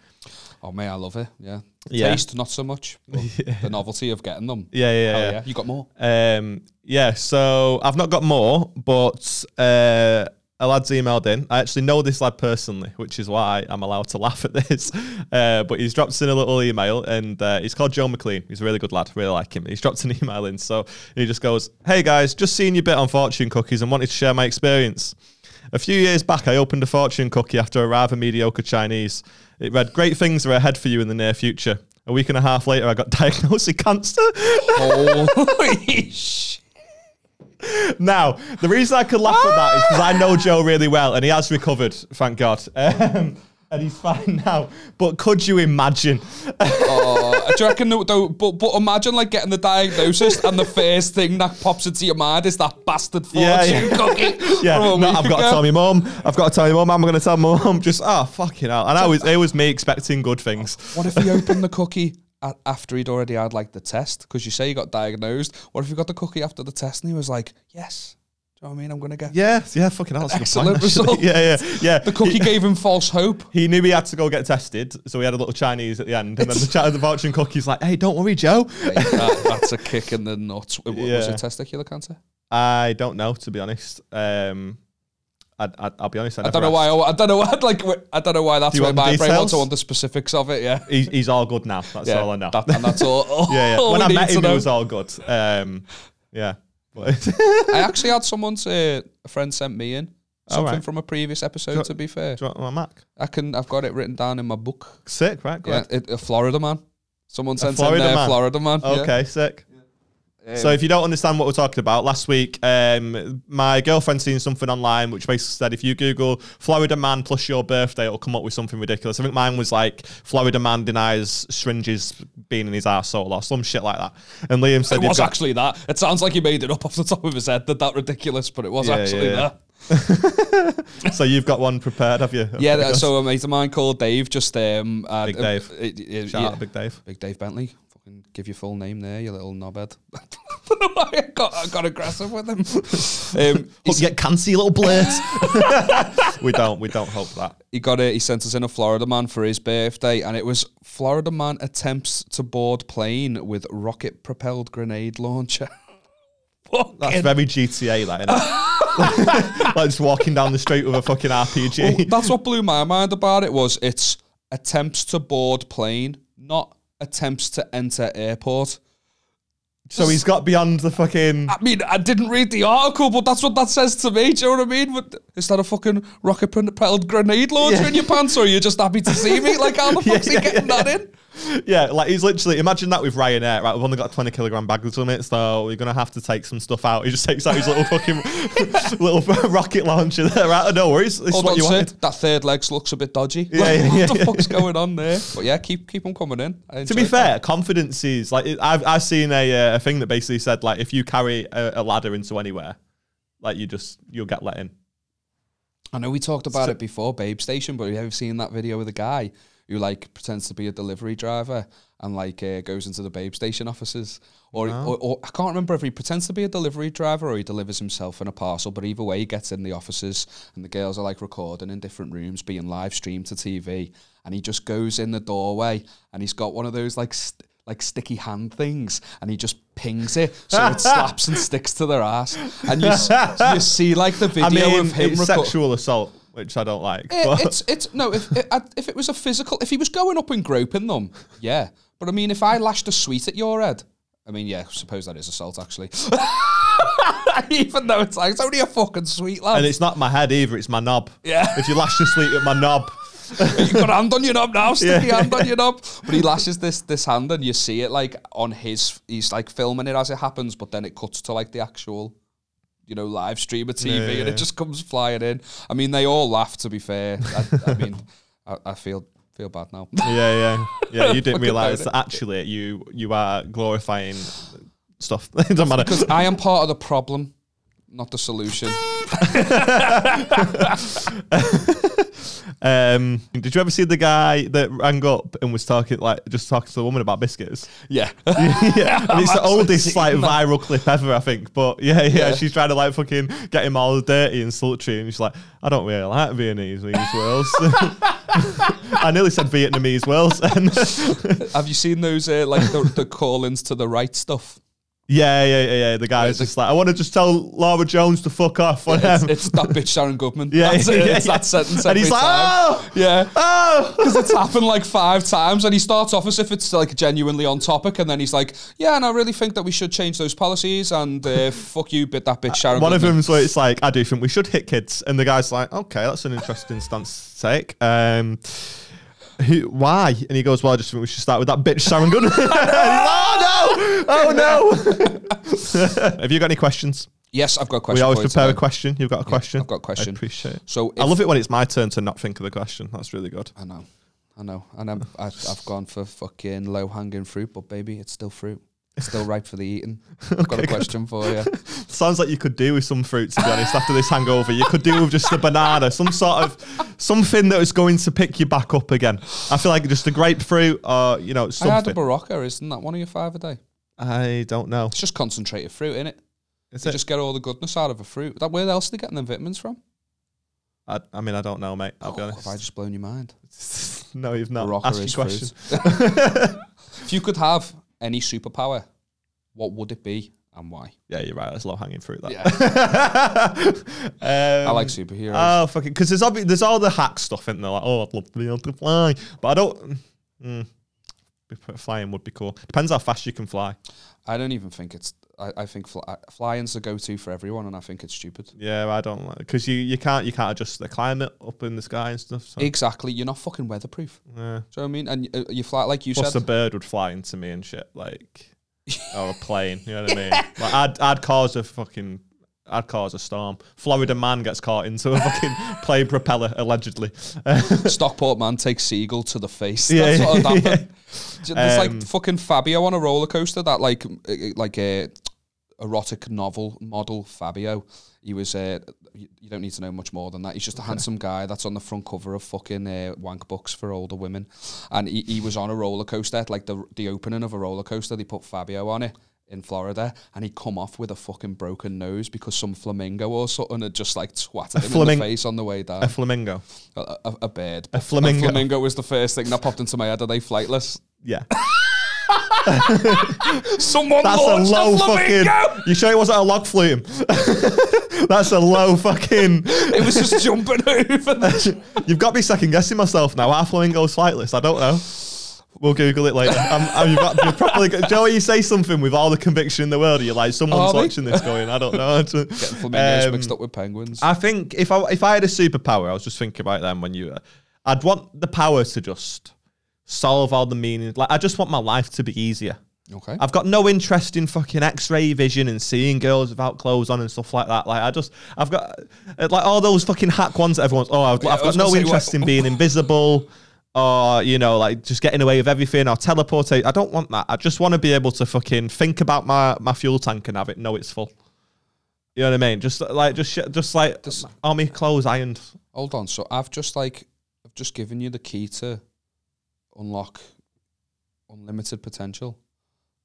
Speaker 1: Oh, mate, I love it. Yeah.
Speaker 2: Yeah.
Speaker 1: Taste, not so much. but The novelty of getting them.
Speaker 2: Yeah, yeah,
Speaker 1: Hell
Speaker 2: yeah.
Speaker 1: Oh, yeah. You got more?
Speaker 2: Um, yeah, so I've not got more, but uh, a lad's emailed in. I actually know this lad personally, which is why I'm allowed to laugh at this. Uh, but he's dropped in a little email, and uh, he's called Joe McLean. He's a really good lad, really like him. He's dropped an email in, so he just goes, "Hey guys, just seeing your bit on fortune cookies and wanted to share my experience." A few years back, I opened a fortune cookie after a rather mediocre Chinese. It read, Great things are ahead for you in the near future. A week and a half later, I got diagnosed with cancer.
Speaker 1: Holy shit.
Speaker 2: Now, the reason I could laugh at that is because I
Speaker 1: Ah!
Speaker 2: know Joe really well, and he has recovered, thank God, um, and he's fine now. But could you imagine?
Speaker 1: Oh, do you reckon though- though? But but imagine like getting the diagnosis and the first thing that pops into your mind is that bastard fortune
Speaker 2: Yeah, yeah.
Speaker 1: cookie. Oh
Speaker 2: Yeah,
Speaker 1: from a
Speaker 2: no,
Speaker 1: week
Speaker 2: I've got to
Speaker 1: ago.
Speaker 2: tell my mum. I've got to tell my mum. I'm going to tell my mum. Just oh fucking hell! And I was it was me expecting good things.
Speaker 1: What if he opened the cookie a- after he'd already had like the test? Because you say he got diagnosed. What if he got the cookie after the test and he was like, yes. Do you know what I mean? I'm gonna get.
Speaker 2: Yeah, yeah, fucking hell. that's a good
Speaker 1: Excellent
Speaker 2: point, actually.
Speaker 1: result.
Speaker 2: Yeah, yeah, yeah.
Speaker 1: The cookie gave him false hope.
Speaker 2: He knew he had to go get tested, so he had a little Chinese at the end, and then the, cha- the fortune cookie's like, "Hey, don't worry, Joe.
Speaker 1: that, that's a kick in the nuts. It wa- Was
Speaker 2: Yeah.
Speaker 1: it testicular cancer?
Speaker 2: I don't know, to be honest. Um, I, I, I'll be honest. I,
Speaker 1: I
Speaker 2: never
Speaker 1: don't know why.
Speaker 2: asked.
Speaker 1: I, I don't know why. Like I don't know why. That's
Speaker 2: you
Speaker 1: where
Speaker 2: want the
Speaker 1: my brain wants. I
Speaker 2: details?
Speaker 1: want the specifics of it. Yeah.
Speaker 2: He's, he's all good now. That's
Speaker 1: yeah.
Speaker 2: all I know.
Speaker 1: That, and that's all.
Speaker 2: yeah, yeah.
Speaker 1: all
Speaker 2: When
Speaker 1: we
Speaker 2: I
Speaker 1: need
Speaker 2: met
Speaker 1: to
Speaker 2: him, he
Speaker 1: know.
Speaker 2: was all good. Um, yeah. But- Do
Speaker 1: I actually had someone say a friend sent me in something
Speaker 2: right.
Speaker 1: from a previous episode.
Speaker 2: Do-
Speaker 1: to be fair,
Speaker 2: you want my Mac?
Speaker 1: I can. I've got it written down in my book.
Speaker 2: Sick, right?
Speaker 1: Yeah,
Speaker 2: Good.
Speaker 1: it, a Florida man. Someone sent in
Speaker 2: Florida
Speaker 1: there,
Speaker 2: man.
Speaker 1: Florida man. yeah.
Speaker 2: Okay, sick.
Speaker 1: Um,
Speaker 2: So if you don't understand what we're talking about, last week um, my girlfriend seen something online which basically said if you Google Florida man plus your birthday, it'll come up with something ridiculous. I think mine was like Florida man denies Stringes being in his arsehole or some shit like that. And Liam said
Speaker 1: it
Speaker 2: he'd
Speaker 1: was
Speaker 2: got-
Speaker 1: actually that. It sounds like he made it up off the top of his head. That that ridiculous, but it was
Speaker 2: Yeah,
Speaker 1: actually
Speaker 2: yeah, yeah.
Speaker 1: that.
Speaker 2: so you've got one prepared, have you?
Speaker 1: Yeah. that- so a mate of mine called Dave. Just um. and-
Speaker 2: Big Dave.
Speaker 1: uh, it- it-
Speaker 2: shout
Speaker 1: yeah.
Speaker 2: out, Big Dave.
Speaker 1: Big Dave Bentley. Fucking give your full name there, you little knobhead. I don't know why I got, I got aggressive with him. Um,
Speaker 2: Hope you get cancer, you little blurt. we don't. We don't hope that.
Speaker 1: he got it. He sent us in a Florida man for his birthday, and it was Florida man attempts to board plane with rocket propelled grenade launcher. Fucking-
Speaker 2: That's very GTA, that. Innit? like just walking down the street with a fucking RPG.
Speaker 1: Well, that's what blew my mind about it was it's attempts to board plane, not attempts to enter airport.
Speaker 2: so he's got beyond the fucking.
Speaker 1: I mean, I didn't read the article, but that's what that says to me. Do you know what I mean? But is that a fucking rocket propelled grenade launcher in your pants, or are you just happy to see me? Like, how the fuck's he
Speaker 2: yeah,
Speaker 1: getting that in?
Speaker 2: Yeah, like he's literally imagine that with Ryanair, right? We've only got a 20 kilogram baggage limit, so we're gonna have to take some stuff out. He just takes out his little fucking little rocket launcher there out of nowhere. It's, it's
Speaker 1: Hold
Speaker 2: what
Speaker 1: on,
Speaker 2: you
Speaker 1: Sid,
Speaker 2: wanted.
Speaker 1: that third legs looks a bit dodgy.
Speaker 2: Yeah,
Speaker 1: Like,
Speaker 2: yeah,
Speaker 1: what
Speaker 2: yeah,
Speaker 1: the
Speaker 2: yeah.
Speaker 1: fuck's going on there? But yeah, keep keep them coming in. I
Speaker 2: To be
Speaker 1: enjoyed
Speaker 2: fair, confidence is like it- I've I've seen a uh, a thing that basically said like if you carry a, a ladder into anywhere, like you just you'll get let in.
Speaker 1: that. I know we talked about it before, Babe Station, but have you ever seen that video of the guy who like pretends to be a delivery driver and like uh, goes into the Babe Station offices? Or, or, or I can't remember if he pretends to be a delivery driver or he delivers himself in a parcel, but either way, he gets in the offices and the girls are like recording in different rooms, being live streamed to TV. And he just goes in the doorway and he's got one of those like. St- like sticky hand things, and he just pings it so it slaps and sticks to their ass. And you, s- you see like the video
Speaker 2: I mean,
Speaker 1: of him Eh.
Speaker 2: it's
Speaker 1: reco-
Speaker 2: sexual assault, which I don't like.
Speaker 1: it-
Speaker 2: but
Speaker 1: it's it's no. If it, I- if it was a physical, if he was going up and groping them, yeah. But I mean, if I lashed a sweet at your head, I mean, yeah. I suppose that is assault, actually. Even though it's like it's only a fucking sweet lad.
Speaker 2: and it's not my head either; it's my knob.
Speaker 1: Yeah.
Speaker 2: If you lash your sleep at my knob,
Speaker 1: You've got a hand on your knob now, sticky
Speaker 2: Yeah.
Speaker 1: hand on your knob. But he lashes this this hand, and you see it like on his. He's like filming it as it happens, but then it cuts to like the actual, you know, live stream of TV,
Speaker 2: Yeah,
Speaker 1: and
Speaker 2: yeah,
Speaker 1: it
Speaker 2: yeah.
Speaker 1: just comes flying in. I mean, they all laugh. To be fair, I, I mean, I, I feel feel bad now.
Speaker 2: yeah, yeah, yeah. You didn't
Speaker 1: Fucking
Speaker 2: realize
Speaker 1: hate
Speaker 2: that actually you you are glorifying stuff. it doesn't matter.
Speaker 1: I am part of the problem, not the solution.
Speaker 2: Um, did you ever see the guy that rang up and was talking like just talking to the woman about biscuits?
Speaker 1: yeah.
Speaker 2: yeah, and it's the
Speaker 1: actually
Speaker 2: oldest
Speaker 1: seen
Speaker 2: like
Speaker 1: that.
Speaker 2: viral clip ever, I think. But yeah, yeah,
Speaker 1: Yeah.
Speaker 2: she's trying to like fucking get him all dirty and sultry, and she's like, I don't really like Vietnamese whales. I nearly said Vietnamese whales. And
Speaker 1: Have you seen those uh, like the, the call-ins to the right stuff?
Speaker 2: yeah, yeah, yeah, yeah. The guy was just like, I want to just tell Laura Jones to fuck off.
Speaker 1: It's,
Speaker 2: whatever.
Speaker 1: it's that bitch Sharon Goodman.
Speaker 2: Um, Yeah,
Speaker 1: That's it.
Speaker 2: yeah,
Speaker 1: It's
Speaker 2: yeah.
Speaker 1: that sentence.
Speaker 2: and he's
Speaker 1: every
Speaker 2: like,
Speaker 1: time.
Speaker 2: oh,
Speaker 1: Yeah.
Speaker 2: oh.
Speaker 1: Because it's happened like five times, and he starts off as if it's like genuinely on topic, and then he's like, "Yeah, and I really think that we should change those policies." And uh, fuck you, bit that bitch Sharon.
Speaker 2: One of
Speaker 1: Goodman.
Speaker 2: them's where it's like, I do think we should hit kids, and the guy's like, okay, that's an interesting stance to take. Um, who, why? And he goes, well, I just think we should start with that bitch Sharon Gunn. And he's like, oh no! Oh no! Have you got any questions?
Speaker 1: Yes, I've got a question.
Speaker 2: We always
Speaker 1: for you
Speaker 2: prepare a
Speaker 1: today.
Speaker 2: question. You've got a question.
Speaker 1: I've got a question.
Speaker 2: I appreciate. it.
Speaker 1: So
Speaker 2: I
Speaker 1: if-
Speaker 2: love it when it's my turn to not think of the question. That's really good.
Speaker 1: I know, I know, and I'm, I've, I've gone for fucking low hanging fruit, but baby, it's still fruit. It's still ripe for the eating. I've got a question for you.
Speaker 2: Sounds like you could do with some fruit, to be honest. After this hangover, you could do with just a banana, some sort of something that is going to pick you back up again. I feel like just a grapefruit, or you
Speaker 1: I
Speaker 2: know,
Speaker 1: had a
Speaker 2: something.
Speaker 1: barocca, isn't that one of your five a day?
Speaker 2: I don't know.
Speaker 1: It's just concentrated fruit, innit?
Speaker 2: Is
Speaker 1: You
Speaker 2: it?
Speaker 1: just get all the goodness out of a fruit. That where else are they getting them vitamins from?
Speaker 2: I, I mean, I don't know, mate. I'll be
Speaker 1: Oh, have I
Speaker 2: honest.
Speaker 1: just blown your mind?
Speaker 2: no, you've not.
Speaker 1: Barocca
Speaker 2: Ask your
Speaker 1: is
Speaker 2: question.
Speaker 1: fruit. if you could have any superpower, what would it be and why?
Speaker 2: Yeah, you're right. That's low hanging fruit. That.
Speaker 1: Yeah,
Speaker 2: Um,
Speaker 1: I like superheroes.
Speaker 2: Oh fucking! Because there's obvi- there's all the hack stuff in there. Like, oh, I'd love to be able to fly, but I don't. Mm, flying would be cool. Depends how fast you can fly.
Speaker 1: I don't even think it's. I, I think fly, flying's the go-to for everyone, and I think it's stupid.
Speaker 2: Yeah, I don't like because you, you can't you can't adjust the climate up in the sky and stuff. So
Speaker 1: Exactly, you're not fucking weatherproof.
Speaker 2: yeah.
Speaker 1: Do you know what I mean? And uh, you fly like you
Speaker 2: plus a
Speaker 1: said.
Speaker 2: bird would fly into me and shit like or a plane. You know what I mean? Like I'd I'd cause a fucking I'd cause a storm. Florida man gets caught into a fucking plane propeller allegedly.
Speaker 1: Stockport man takes Seagull to the face.
Speaker 2: Yeah,
Speaker 1: That's what
Speaker 2: yeah,
Speaker 1: would happen. J- There's
Speaker 2: Um,
Speaker 1: like fucking Fabio on a roller coaster. That like m- uh, uh, like a erotic novel model Fabio. He was. Uh, you you don't need to know much more than that. He's just a handsome guy that's on the front cover of fucking uh, wank books for older women, and he, he was on a roller coaster. Like the the opening of a roller coaster, they put Fabio on it. In Florida, and he'd come off with a fucking broken nose because some flamingo or something had just like twatted him in
Speaker 2: flaming-
Speaker 1: the face on the way down.
Speaker 2: A flamingo.
Speaker 1: A, a, a bird.
Speaker 2: A flamingo.
Speaker 1: A flamingo was the first thing that popped into my head. Are they flightless?
Speaker 2: Yeah.
Speaker 1: Someone
Speaker 2: That's a low fucking. You sure it wasn't a log flume? That's a low fucking.
Speaker 1: It was just jumping over. The
Speaker 2: You've got me second guessing myself now. Are flamingos flightless? I don't know. We'll Google it later. Um, um, you've got, you're probably. Do you know when you say something with all the conviction in the world? You're like, someone's
Speaker 1: Are they?
Speaker 2: watching this going. I don't know. Getting
Speaker 1: flamingos mixed up with penguins.
Speaker 2: Um, I think if I if I had a superpower, I was just thinking about them when you. Were, I'd want the power to just solve all the meaning. Like I just want my life to be easier.
Speaker 1: Okay.
Speaker 2: I've got no interest in fucking X-ray vision and seeing girls without clothes on and stuff like that. Like I just, I've got uh, like all those fucking hack ones that everyone's. Oh, I've,
Speaker 1: Yeah,
Speaker 2: I've
Speaker 1: I was
Speaker 2: got no
Speaker 1: gonna say,
Speaker 2: interest
Speaker 1: what-
Speaker 2: in being invisible, or you know, like just getting away with everything or teleportate. I don't want that. I just want to be able to fucking think about my my fuel tank and have it know it's full. You know what I mean? Just like just shit- just like
Speaker 1: Just-
Speaker 2: all my clothes ironed.
Speaker 1: Hold on. So I've just like I've just given you the key to unlock unlimited potential,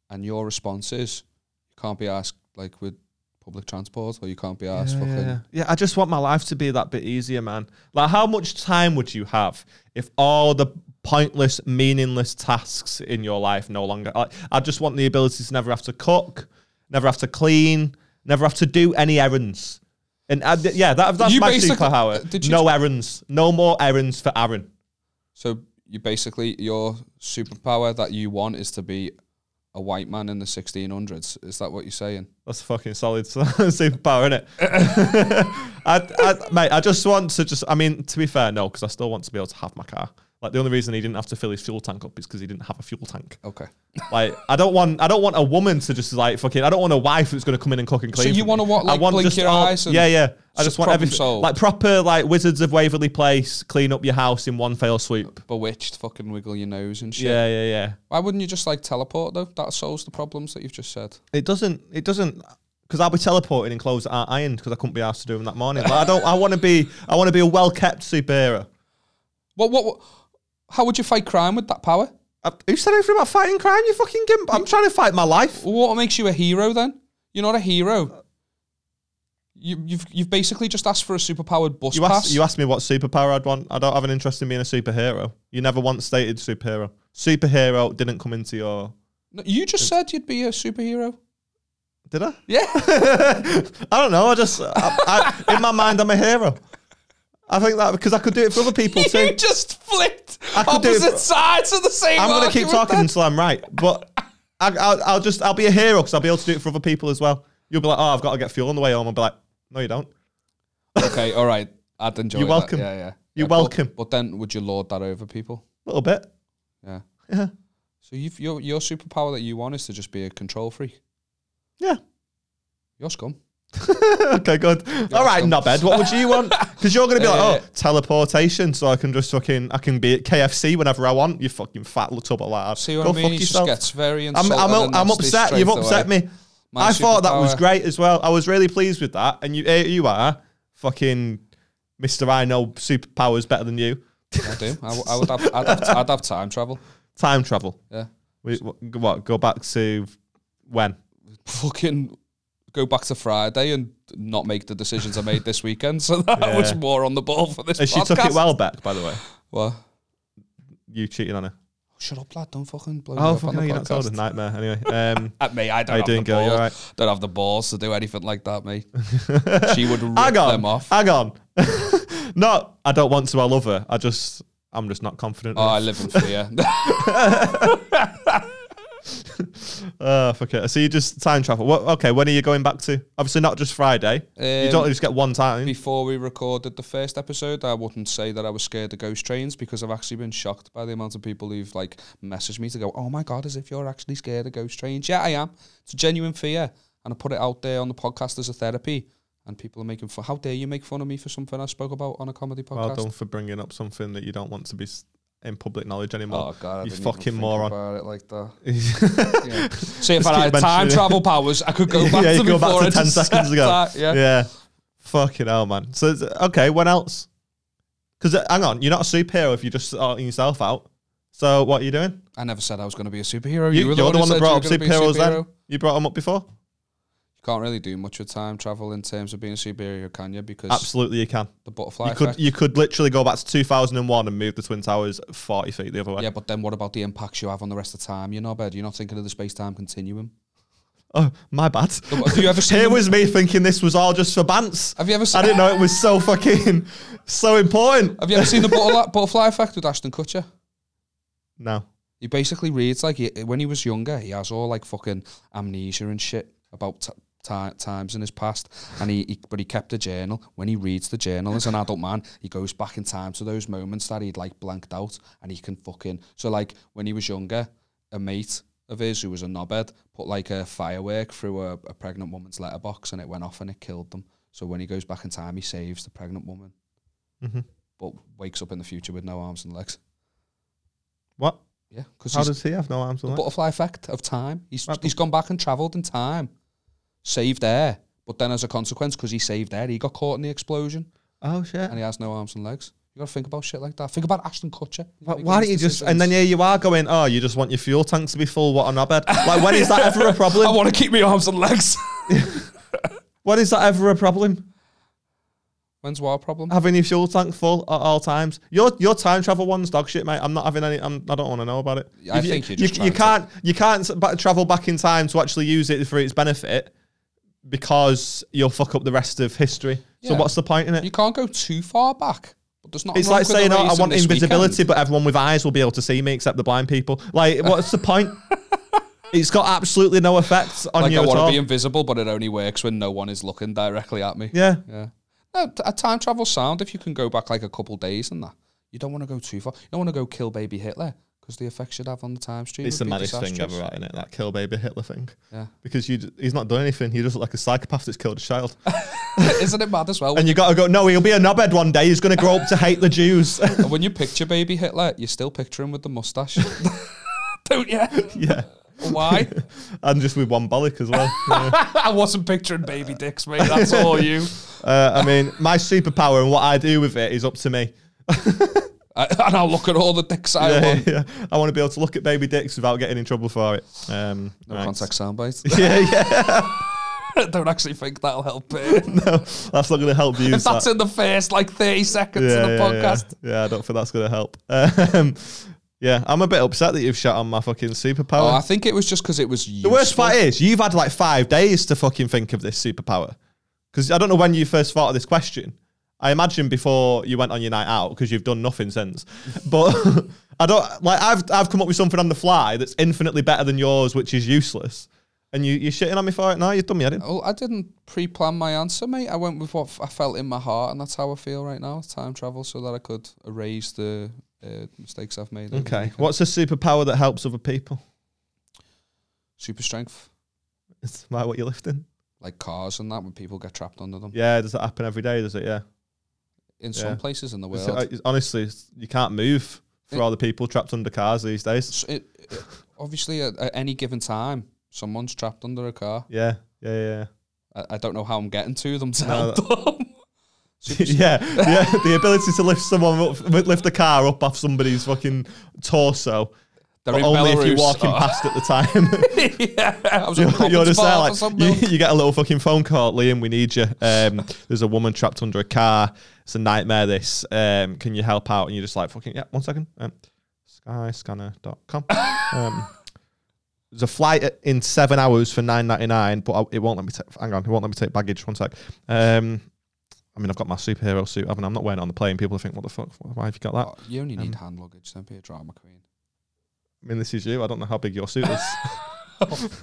Speaker 1: and your response is you can't be asked like with public transport, or you can't be asked
Speaker 2: yeah,
Speaker 1: fucking.
Speaker 2: yeah. Yeah, I just want my life to be that bit easier, man. Like, how much time would you have if all the pointless, meaningless tasks in your life no longer? Like, I just want the ability to never have to cook, never have to clean, never have to do any errands. And I, yeah, that, that's
Speaker 1: You
Speaker 2: my
Speaker 1: basically-
Speaker 2: superpower.
Speaker 1: did you-
Speaker 2: no errands, no more errands for Aaron.
Speaker 1: So you basically your superpower that you want is to be a white man in the 1600s. Is that what you're saying?
Speaker 2: That's a fucking solid s- superpower, innit? I, I, mate, I just want to just. I mean, to be fair, no, because I still want to be able to have my car. Like the only reason he didn't have to fill his fuel tank up is because he didn't have a fuel tank.
Speaker 1: Okay.
Speaker 2: Like I don't want, I don't want a woman to just like fucking. I don't want a wife who's going to come in and cook and clean.
Speaker 1: you
Speaker 2: for
Speaker 1: wanna
Speaker 2: me.
Speaker 1: what,
Speaker 2: I
Speaker 1: like,
Speaker 2: want
Speaker 1: blink
Speaker 2: just
Speaker 1: your
Speaker 2: all-
Speaker 1: eyes and
Speaker 2: Yeah, yeah. I just want
Speaker 1: problem
Speaker 2: everything
Speaker 1: solved?
Speaker 2: like proper, like Wizards of Waverly Place, clean up your house in one fell swoop.
Speaker 1: Bewitched, fucking wiggle your nose and shit.
Speaker 2: Yeah, yeah, yeah.
Speaker 1: Why wouldn't you just like teleport though? That solves the problems that you've just said.
Speaker 2: It doesn't. It doesn't. Because I'll be teleporting in clothes that aren't ironed because I couldn't be asked to do them that morning. Like, I don't. I want to be. I want to be a well kept superhero.
Speaker 1: What, what? What? How would you fight crime with that power?
Speaker 2: I, who said anything about fighting crime? You fucking gimp. I'm trying to fight my life.
Speaker 1: Well, what makes you a hero then? You're not a hero. You, you've you've basically just asked for a superpowered bus
Speaker 2: You
Speaker 1: pass.
Speaker 2: asked, you asked me what superpower I'd want. I don't have an interest in being a superhero. You never once stated superhero. Superhero didn't come into your.
Speaker 1: No, you just said you'd be a superhero.
Speaker 2: Did I?
Speaker 1: Yeah.
Speaker 2: I don't know. I just. I, I, in my mind, I'm a hero. I think that because I could do it for other people too.
Speaker 1: you just flipped
Speaker 2: I could do it
Speaker 1: opposite
Speaker 2: for-
Speaker 1: sides of the same.
Speaker 2: I'm gonna keep
Speaker 1: argument
Speaker 2: talking
Speaker 1: then.
Speaker 2: until I'm right. But I, I'll, I'll just I'll be a hero because I'll be able to do it for other people as well. You'll be like, oh, I've got to get fuel on the way home. I'll be like, no, you don't.
Speaker 1: Okay, all right. I'd enjoy.
Speaker 2: You're
Speaker 1: that.
Speaker 2: welcome.
Speaker 1: Yeah, yeah.
Speaker 2: You're
Speaker 1: Yeah, but-
Speaker 2: welcome.
Speaker 1: But, then, would you lord that over people?
Speaker 2: A little bit.
Speaker 1: Yeah.
Speaker 2: Yeah.
Speaker 1: So you've, your your superpower that you want is to just be a control freak.
Speaker 2: Yeah.
Speaker 1: You're scum.
Speaker 2: okay, good. All right,
Speaker 1: welcome.
Speaker 2: knobhead. What would you want? Because you're gonna be like,
Speaker 1: Uh,
Speaker 2: oh, teleportation, so I can just fucking I can be at KFC whenever I want. You fucking fat little tub of lad.
Speaker 1: See what
Speaker 2: Go
Speaker 1: I mean?
Speaker 2: fuck
Speaker 1: He just
Speaker 2: yourself.
Speaker 1: gets very
Speaker 2: I'm,
Speaker 1: insulted.
Speaker 2: I'm,
Speaker 1: and
Speaker 2: I'm
Speaker 1: nasty
Speaker 2: upset.
Speaker 1: straight
Speaker 2: You've
Speaker 1: away.
Speaker 2: upset me.
Speaker 1: My
Speaker 2: I thought that was
Speaker 1: superpower-
Speaker 2: great as well. I was really pleased with that. And you, here you are, fucking Mister. I know superpowers better than you.
Speaker 1: I do. I, w- I would have, I'd have, I'd have time travel.
Speaker 2: Time travel.
Speaker 1: Yeah.
Speaker 2: We, wh- what? Go back to when?
Speaker 1: Fucking go back to Friday and not make the decisions I made this weekend. So that I was
Speaker 2: Yeah.
Speaker 1: more on the ball for this
Speaker 2: And Uh, she
Speaker 1: podcast.
Speaker 2: took it well back, by the way.
Speaker 1: What? Oh,
Speaker 2: You cheating on her?
Speaker 1: Shut up, lad. Don't fucking blow me
Speaker 2: Oh,
Speaker 1: up on the
Speaker 2: fucking hell, you're not
Speaker 1: podcast.
Speaker 2: told a nightmare. Anyway, um,
Speaker 1: At me, I don't
Speaker 2: How you
Speaker 1: have
Speaker 2: doing,
Speaker 1: the
Speaker 2: girl? You
Speaker 1: balls.
Speaker 2: all
Speaker 1: Don't have the balls to do anything like that, mate. she would rip
Speaker 2: hang on,
Speaker 1: them off.
Speaker 2: hang on. no, I don't want to. I love her. I just, I'm just not confident.
Speaker 1: Oh, I
Speaker 2: enough.
Speaker 1: live in fear.
Speaker 2: Oh, fuck it. So you just time travel. What, okay, when are you going back to? Obviously, not just Friday. you
Speaker 1: Um,
Speaker 2: don't just get one time.
Speaker 1: Before we recorded the first episode, I wouldn't say that I was scared of ghost trains because I've actually been shocked by the amount of people who've like messaged me to go, "Oh my god, as if you're actually scared of ghost trains." Yeah, I am. It's a genuine fear, and I put it out there on the podcast as a therapy. And people are making fun. How dare you make fun of me for something I spoke about on a comedy
Speaker 2: Well
Speaker 1: podcast?
Speaker 2: done for bringing up something that you don't want to be s- in public knowledge anymore.
Speaker 1: oh god, I
Speaker 2: you
Speaker 1: didn't
Speaker 2: fucking
Speaker 1: even think
Speaker 2: moron.
Speaker 1: about it like that.
Speaker 2: yeah,
Speaker 1: Yeah. See, if
Speaker 2: Just keep
Speaker 1: I had time
Speaker 2: mentioning it.
Speaker 1: travel powers, I could go back
Speaker 2: you
Speaker 1: to
Speaker 2: go
Speaker 1: before
Speaker 2: back to
Speaker 1: I
Speaker 2: 10
Speaker 1: just
Speaker 2: seconds
Speaker 1: said
Speaker 2: ago.
Speaker 1: that, yeah.
Speaker 2: Fucking hell, man. So, it's- okay, when else? Because, hang on, you're not a superhero if you're just sorting yourself out. So, what are you doing?
Speaker 1: I never said I was going to be a superhero.
Speaker 2: You,
Speaker 1: You, were the
Speaker 2: you're
Speaker 1: one, who
Speaker 2: that
Speaker 1: said you
Speaker 2: brought
Speaker 1: were
Speaker 2: up
Speaker 1: gonna be a
Speaker 2: superheroes
Speaker 1: superhero.
Speaker 2: then? You brought them up before?
Speaker 1: You can't really do much with time travel in terms of being a superhero, can you? Because
Speaker 2: Absolutely, you can.
Speaker 1: the butterfly
Speaker 2: you could
Speaker 1: effect.
Speaker 2: you could literally go back to 2001 and move the Twin Towers 40 feet the other way.
Speaker 1: yeah, but then what about the impacts you have on the rest of time? You know, bed. You're not thinking of the space time continuum.
Speaker 2: Oh, my bad.
Speaker 1: Have you ever seen?
Speaker 2: Here was me thinking this was all just for bants.
Speaker 1: have you ever
Speaker 2: I
Speaker 1: seen?
Speaker 2: didn't know it was so fucking so important.
Speaker 1: Have you ever seen the butterfly, butterfly effect with Ashton Kutcher?
Speaker 2: No.
Speaker 1: He basically reads like he, when he was younger, he has all like fucking amnesia and shit about t- ti times in his past, and he, he but he kept a journal. When he reads the journal as an adult man, he goes back in time to those moments that he'd like blanked out, and he can fucking so like when he was younger, a mate of his who was a knobhead put like a firework through a, a pregnant woman's letterbox, and it went off and it killed them. So when he goes back in time, he saves the pregnant woman,
Speaker 2: Mhm.
Speaker 1: but wakes up in the future with no arms and legs.
Speaker 2: What?
Speaker 1: Yeah, because
Speaker 2: How does he have no arms and legs?
Speaker 1: butterfly effect of time. He's
Speaker 2: Right,
Speaker 1: he's gone back and travelled in time, saved air, but then as a consequence, because he saved air, he got caught in the explosion
Speaker 2: Oh shit!
Speaker 1: and he has no arms and legs. You got to think about shit like that. Think about Ashton Kutcher.
Speaker 2: Why, why don't you just and then yeah, you are going. Oh, you just want your fuel tanks to be full. What a knobhead! Like when is that ever a
Speaker 1: I
Speaker 2: problem?
Speaker 1: want to keep my arms and legs.
Speaker 2: When is that ever a problem?
Speaker 1: When's our problem?
Speaker 2: Having your fuel tank full at all times. Your your time travel one's dog shit, mate. I'm not having any. I'm, I don't want to know about it.
Speaker 1: I think you're just
Speaker 2: you, you
Speaker 1: trying
Speaker 2: can't you can't s- ba- travel back in time to actually use it for its benefit because you'll fuck up the rest of history. So
Speaker 1: Yeah.
Speaker 2: what's the point in it?
Speaker 1: You can't go too far back. But there's not.
Speaker 2: It's like saying, oh, I want invisibility, but everyone with eyes will be able to see me except the blind people. Like, what's the point? It's got absolutely no effect on
Speaker 1: Like
Speaker 2: you
Speaker 1: I
Speaker 2: at
Speaker 1: want
Speaker 2: all.
Speaker 1: to be invisible, but it only works when no one is looking directly at me.
Speaker 2: yeah.
Speaker 1: Yeah. No, t- a time travel sound, if you can go back like a couple days and that, you don't want to go too far. You don't want to go kill baby Hitler because the effects you'd have on the time stream.
Speaker 2: It's the
Speaker 1: would be
Speaker 2: maddest thing ever,
Speaker 1: disastrous.
Speaker 2: right, innit? That kill baby Hitler thing.
Speaker 1: Yeah.
Speaker 2: Because you, d- he's not done anything. He just look like a psychopath that's killed a child.
Speaker 1: Isn't it mad as well?
Speaker 2: and you got to go, no, he'll be a knobhead one day. He's going to grow up to hate the Jews.
Speaker 1: And when you picture baby Hitler, you still picture him with the mustache. don't you?
Speaker 2: yeah.
Speaker 1: Why?
Speaker 2: And just with one bollock as well. Yeah.
Speaker 1: I wasn't picturing baby dicks, mate. That's all you.
Speaker 2: Uh, I mean, my superpower and what I do with it is up to me.
Speaker 1: I, and I'll look at all the dicks I
Speaker 2: Yeah,
Speaker 1: want.
Speaker 2: yeah. I want to be able to look at baby dicks without getting in trouble for it. Um,
Speaker 1: No
Speaker 2: right.
Speaker 1: contact soundbites.
Speaker 2: Yeah, yeah.
Speaker 1: don't actually think that'll help. it.
Speaker 2: That's not going to help you.
Speaker 1: if that's in the first like 30 seconds of the podcast.
Speaker 2: Yeah. I don't think that's going to help. Um, yeah, I'm a bit upset that you've shut on my fucking
Speaker 1: Oh, I
Speaker 2: superpower.
Speaker 1: think it was just because it was
Speaker 2: the worst part is you've had like five days to fucking think of this superpower because I don't know when you first thought of this question. I imagine before you went on your night out because you've done nothing since. But I don't like I've I've come up with something on the fly that's infinitely better than yours, which is useless. And you you're shitting on me for it now. You've done me head in.
Speaker 1: Oh, I didn't pre-plan my answer, mate. I went with what f- I felt in my heart, and that's how I feel right now. Time travel, so that I could erase the uh, mistakes I've made. over the
Speaker 2: Okay,
Speaker 1: weekend.
Speaker 2: what's a superpower that helps other people?
Speaker 1: Super strength,
Speaker 2: It's about what you're lifting.
Speaker 1: like cars and that, when people get trapped under them.
Speaker 2: Yeah, does that happen every day? Does it? Yeah.
Speaker 1: In some
Speaker 2: Yeah.
Speaker 1: places in the
Speaker 2: It's-
Speaker 1: world,
Speaker 2: uh, it's- honestly, it's- you can't move for
Speaker 1: It-
Speaker 2: all the people trapped under cars these days.
Speaker 1: S- it- it- obviously, at, at any given time, someone's trapped under a car.
Speaker 2: Yeah, yeah, yeah,
Speaker 1: I, I don't know how I'm getting to them to
Speaker 2: No,
Speaker 1: help them.
Speaker 2: yeah, yeah, yeah. The ability to lift someone up, lift a car up off somebody's fucking torso,
Speaker 1: They're
Speaker 2: but
Speaker 1: in
Speaker 2: only if you're
Speaker 1: Belarus.
Speaker 2: walking
Speaker 1: Oh.
Speaker 2: past at the time.
Speaker 1: yeah, I was at
Speaker 2: You're, you're
Speaker 1: Puppets
Speaker 2: just
Speaker 1: Bar for
Speaker 2: there,
Speaker 1: some
Speaker 2: like
Speaker 1: milk.
Speaker 2: you, you get a little fucking phone call, Liam. We need you. Um, there's a woman trapped under a car. It's a nightmare. This. Um, can you help out? And you're just like fucking yeah. One second. Um, skyscanner.com. um, there's a flight at- in seven hours for nine ninety nine, but I, it won't let me take. Hang on, it won't let me take baggage. One sec. Um, I mean, I've got my superhero suit. haven't I? I'm not wearing it on the plane. People think, what the fuck? Why have you Um, got that?
Speaker 1: Oh, you only need hand luggage. Don't be a drama queen.
Speaker 2: I mean, this is you. I don't know how big your suit is.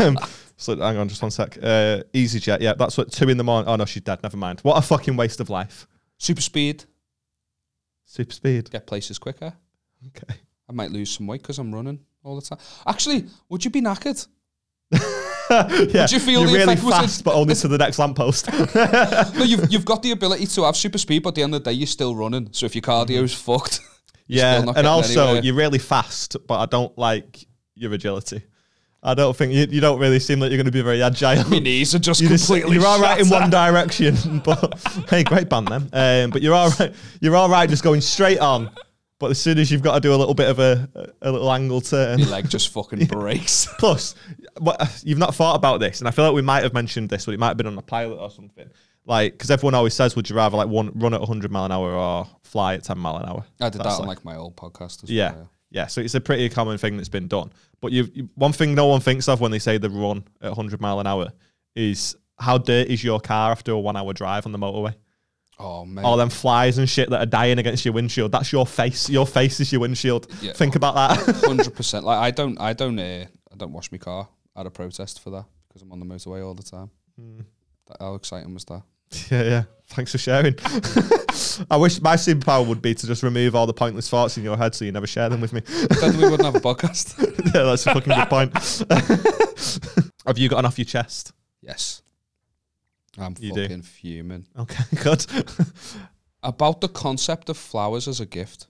Speaker 2: um, so hang on, just one sec. Uh, EasyJet, yeah, that's what two in the morning. Oh no, she's dead. Never mind. What a fucking waste of life.
Speaker 1: Super speed,
Speaker 2: Super speed.
Speaker 1: get places quicker.
Speaker 2: Okay.
Speaker 1: I might lose some weight because I'm running all the time. Actually, would you be knackered?
Speaker 2: yeah,
Speaker 1: Would you feel
Speaker 2: you're
Speaker 1: the
Speaker 2: really
Speaker 1: effect was
Speaker 2: fast,
Speaker 1: it-
Speaker 2: but only to the next lamppost.
Speaker 1: No, you've you've got the ability to have super speed, but at the end of the day, you're still running. So if your cardio's fucked, you're
Speaker 2: yeah,
Speaker 1: still not
Speaker 2: and
Speaker 1: getting
Speaker 2: also
Speaker 1: anywhere.
Speaker 2: you're really fast, but I don't like your agility. I don't think you, you don't really seem like you're going to be very agile.
Speaker 1: my knees are just
Speaker 2: You just-
Speaker 1: completely.
Speaker 2: you're all right in
Speaker 1: shattered.
Speaker 2: one direction, but hey, great band then. Um, but you're all right. You're all right just going straight on. But as soon as you've got to do a little bit of a, a little angle turn,
Speaker 1: Your leg just fucking breaks.
Speaker 2: plus what, you've not thought about this, and I feel like we might have mentioned this, but it might have been on a pilot or something. Like, because everyone always says, "Would you rather like one run at 100 mile an hour or fly at 10 mile an hour?"
Speaker 1: I did
Speaker 2: That's
Speaker 1: that on like my old podcast as
Speaker 2: yeah.
Speaker 1: well.
Speaker 2: Yeah, so it's a pretty common thing that's been done. But you've, you, one thing no one thinks of when they say the run at 100 mile an hour is how dirty is your car after a one hour drive on the motorway?
Speaker 1: Oh man,
Speaker 2: All them flies and shit that are dying against your windshield. That's your face. Your face is your windshield.
Speaker 1: Yeah.
Speaker 2: Think about that.
Speaker 1: hundred percent. Like I don't, I don't, uh, I don't wash my car at a protest for that. because I'm on the motorway all the time.
Speaker 2: Hmm.
Speaker 1: That, how exciting was that?
Speaker 2: Yeah, yeah. Thanks for sharing. I wish my superpower would be to just remove all the pointless thoughts in your head so you never share them with me.
Speaker 1: then we wouldn't have a podcast.
Speaker 2: yeah, that's a fucking good point. Have you gotten off your chest?
Speaker 1: Yes. I'm
Speaker 2: You do.
Speaker 1: fucking fuming.
Speaker 2: Okay, good.
Speaker 1: About the concept of flowers as a gift.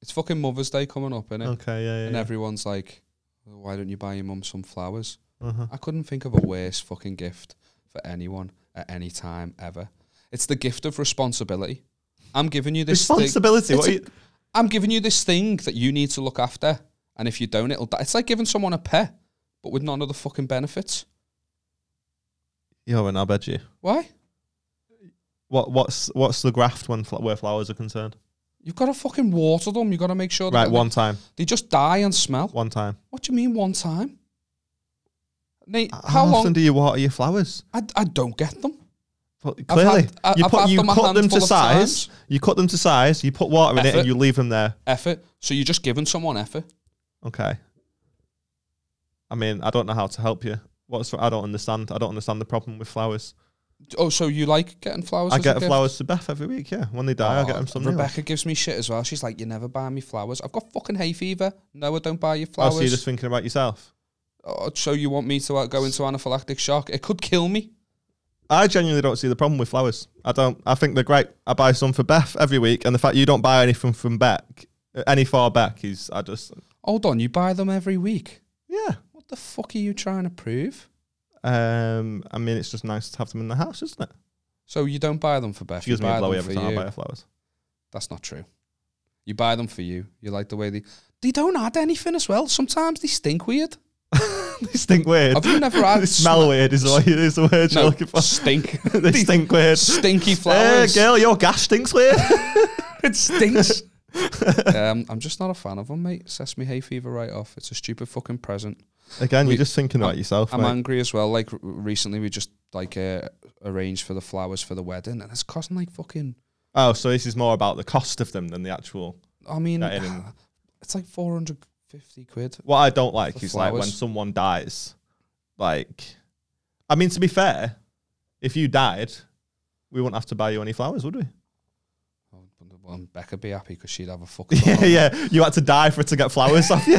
Speaker 1: It's fucking Mother's Day coming up, innit?
Speaker 2: okay, yeah, yeah.
Speaker 1: And
Speaker 2: yeah.
Speaker 1: everyone's like, "Well, why don't you buy your mum some flowers?
Speaker 2: uh-huh.
Speaker 1: I couldn't think of a worse fucking gift for anyone at any time ever. It's the gift of responsibility. I'm giving you this thing.
Speaker 2: Responsibility.
Speaker 1: It's
Speaker 2: What
Speaker 1: a-
Speaker 2: are you,
Speaker 1: I'm giving you this thing that you need to look after. And if you don't, it'll die. It's like giving someone a pet, but with none of the fucking benefits.
Speaker 2: you're an abedgy.
Speaker 1: Why?
Speaker 2: What what's what's the graft when fl- where flowers are concerned?
Speaker 1: You've got to fucking water them. You've got to make sure that
Speaker 2: Right, one time,
Speaker 1: they just die and smell.
Speaker 2: one time.
Speaker 1: What do you mean one time? Nate,
Speaker 2: How,
Speaker 1: how
Speaker 2: often
Speaker 1: long?
Speaker 2: do you water your flowers?
Speaker 1: I, I don't get them.
Speaker 2: Well,
Speaker 1: I've
Speaker 2: Clearly,
Speaker 1: had- I-
Speaker 2: you
Speaker 1: I've
Speaker 2: put
Speaker 1: had
Speaker 2: you
Speaker 1: them a
Speaker 2: cut them
Speaker 1: handful
Speaker 2: to
Speaker 1: of
Speaker 2: size.
Speaker 1: times.
Speaker 2: You cut them to size. You put water in it
Speaker 1: Effort.
Speaker 2: and you leave them there.
Speaker 1: Effort. So you're just giving someone effort.
Speaker 2: Okay. I mean, I don't know how to help you. What's I don't understand. I don't understand the problem with flowers.
Speaker 1: Oh, so you like getting flowers?
Speaker 2: I
Speaker 1: as
Speaker 2: get
Speaker 1: a gift?
Speaker 2: flowers to Beth every week. Yeah, when they die, I get
Speaker 1: Oh,
Speaker 2: them some. new ones.
Speaker 1: Rebecca gives me shit as well. She's like, "You never buy me flowers. I've got fucking hay fever. No, I don't buy you
Speaker 2: Oh,
Speaker 1: flowers.
Speaker 2: so you're just thinking about yourself.
Speaker 1: oh, so you want me to like, go into anaphylactic shock? It could kill me.
Speaker 2: I genuinely don't see the problem with flowers. I don't. I think they're great. I buy some for Beth every week, and the fact you don't buy anything from Beck, uh, any far back, is I just
Speaker 1: Hold on, you buy them every week.
Speaker 2: yeah.
Speaker 1: What the fuck are you trying to prove?
Speaker 2: Um, I mean, it's just nice to have them in the house, isn't it?
Speaker 1: So you don't buy them for Beth.
Speaker 2: She
Speaker 1: you
Speaker 2: gives me a
Speaker 1: buy them
Speaker 2: blowy every
Speaker 1: for
Speaker 2: time I
Speaker 1: you.
Speaker 2: buy her flowers.
Speaker 1: That's not true. You buy them for you. You like the way they they don't add anything as well. Sometimes they stink weird.
Speaker 2: they stink weird.
Speaker 1: Have you never had
Speaker 2: they smell weird is, what, is the word you're
Speaker 1: No,
Speaker 2: looking for.
Speaker 1: stink.
Speaker 2: they stink weird.
Speaker 1: Stinky
Speaker 2: Hey,
Speaker 1: flowers.
Speaker 2: girl, your gas stinks weird.
Speaker 1: it stinks. um, I'm just not a fan of them, mate. Sets me hay fever right off. It's a stupid fucking present.
Speaker 2: Again,
Speaker 1: We-
Speaker 2: you're just thinking about yourself.
Speaker 1: I'm
Speaker 2: mate.
Speaker 1: angry as well. Like r- recently, we just like uh, arranged for the flowers for the wedding, and it's costing like fucking.
Speaker 2: oh, so this is more about the cost of them than the actual.
Speaker 1: I mean,
Speaker 2: That ain't-
Speaker 1: it's like 450 quid.
Speaker 2: What I don't like
Speaker 1: The
Speaker 2: is like when
Speaker 1: flowers.
Speaker 2: someone dies. Like, I mean, to be fair, if you died, we wouldn't have to buy you any flowers, would we?
Speaker 1: Oh, Well, and Becca be happy because she'd have a fucking.
Speaker 2: yeah, yeah. You had to die for it to get flowers off you.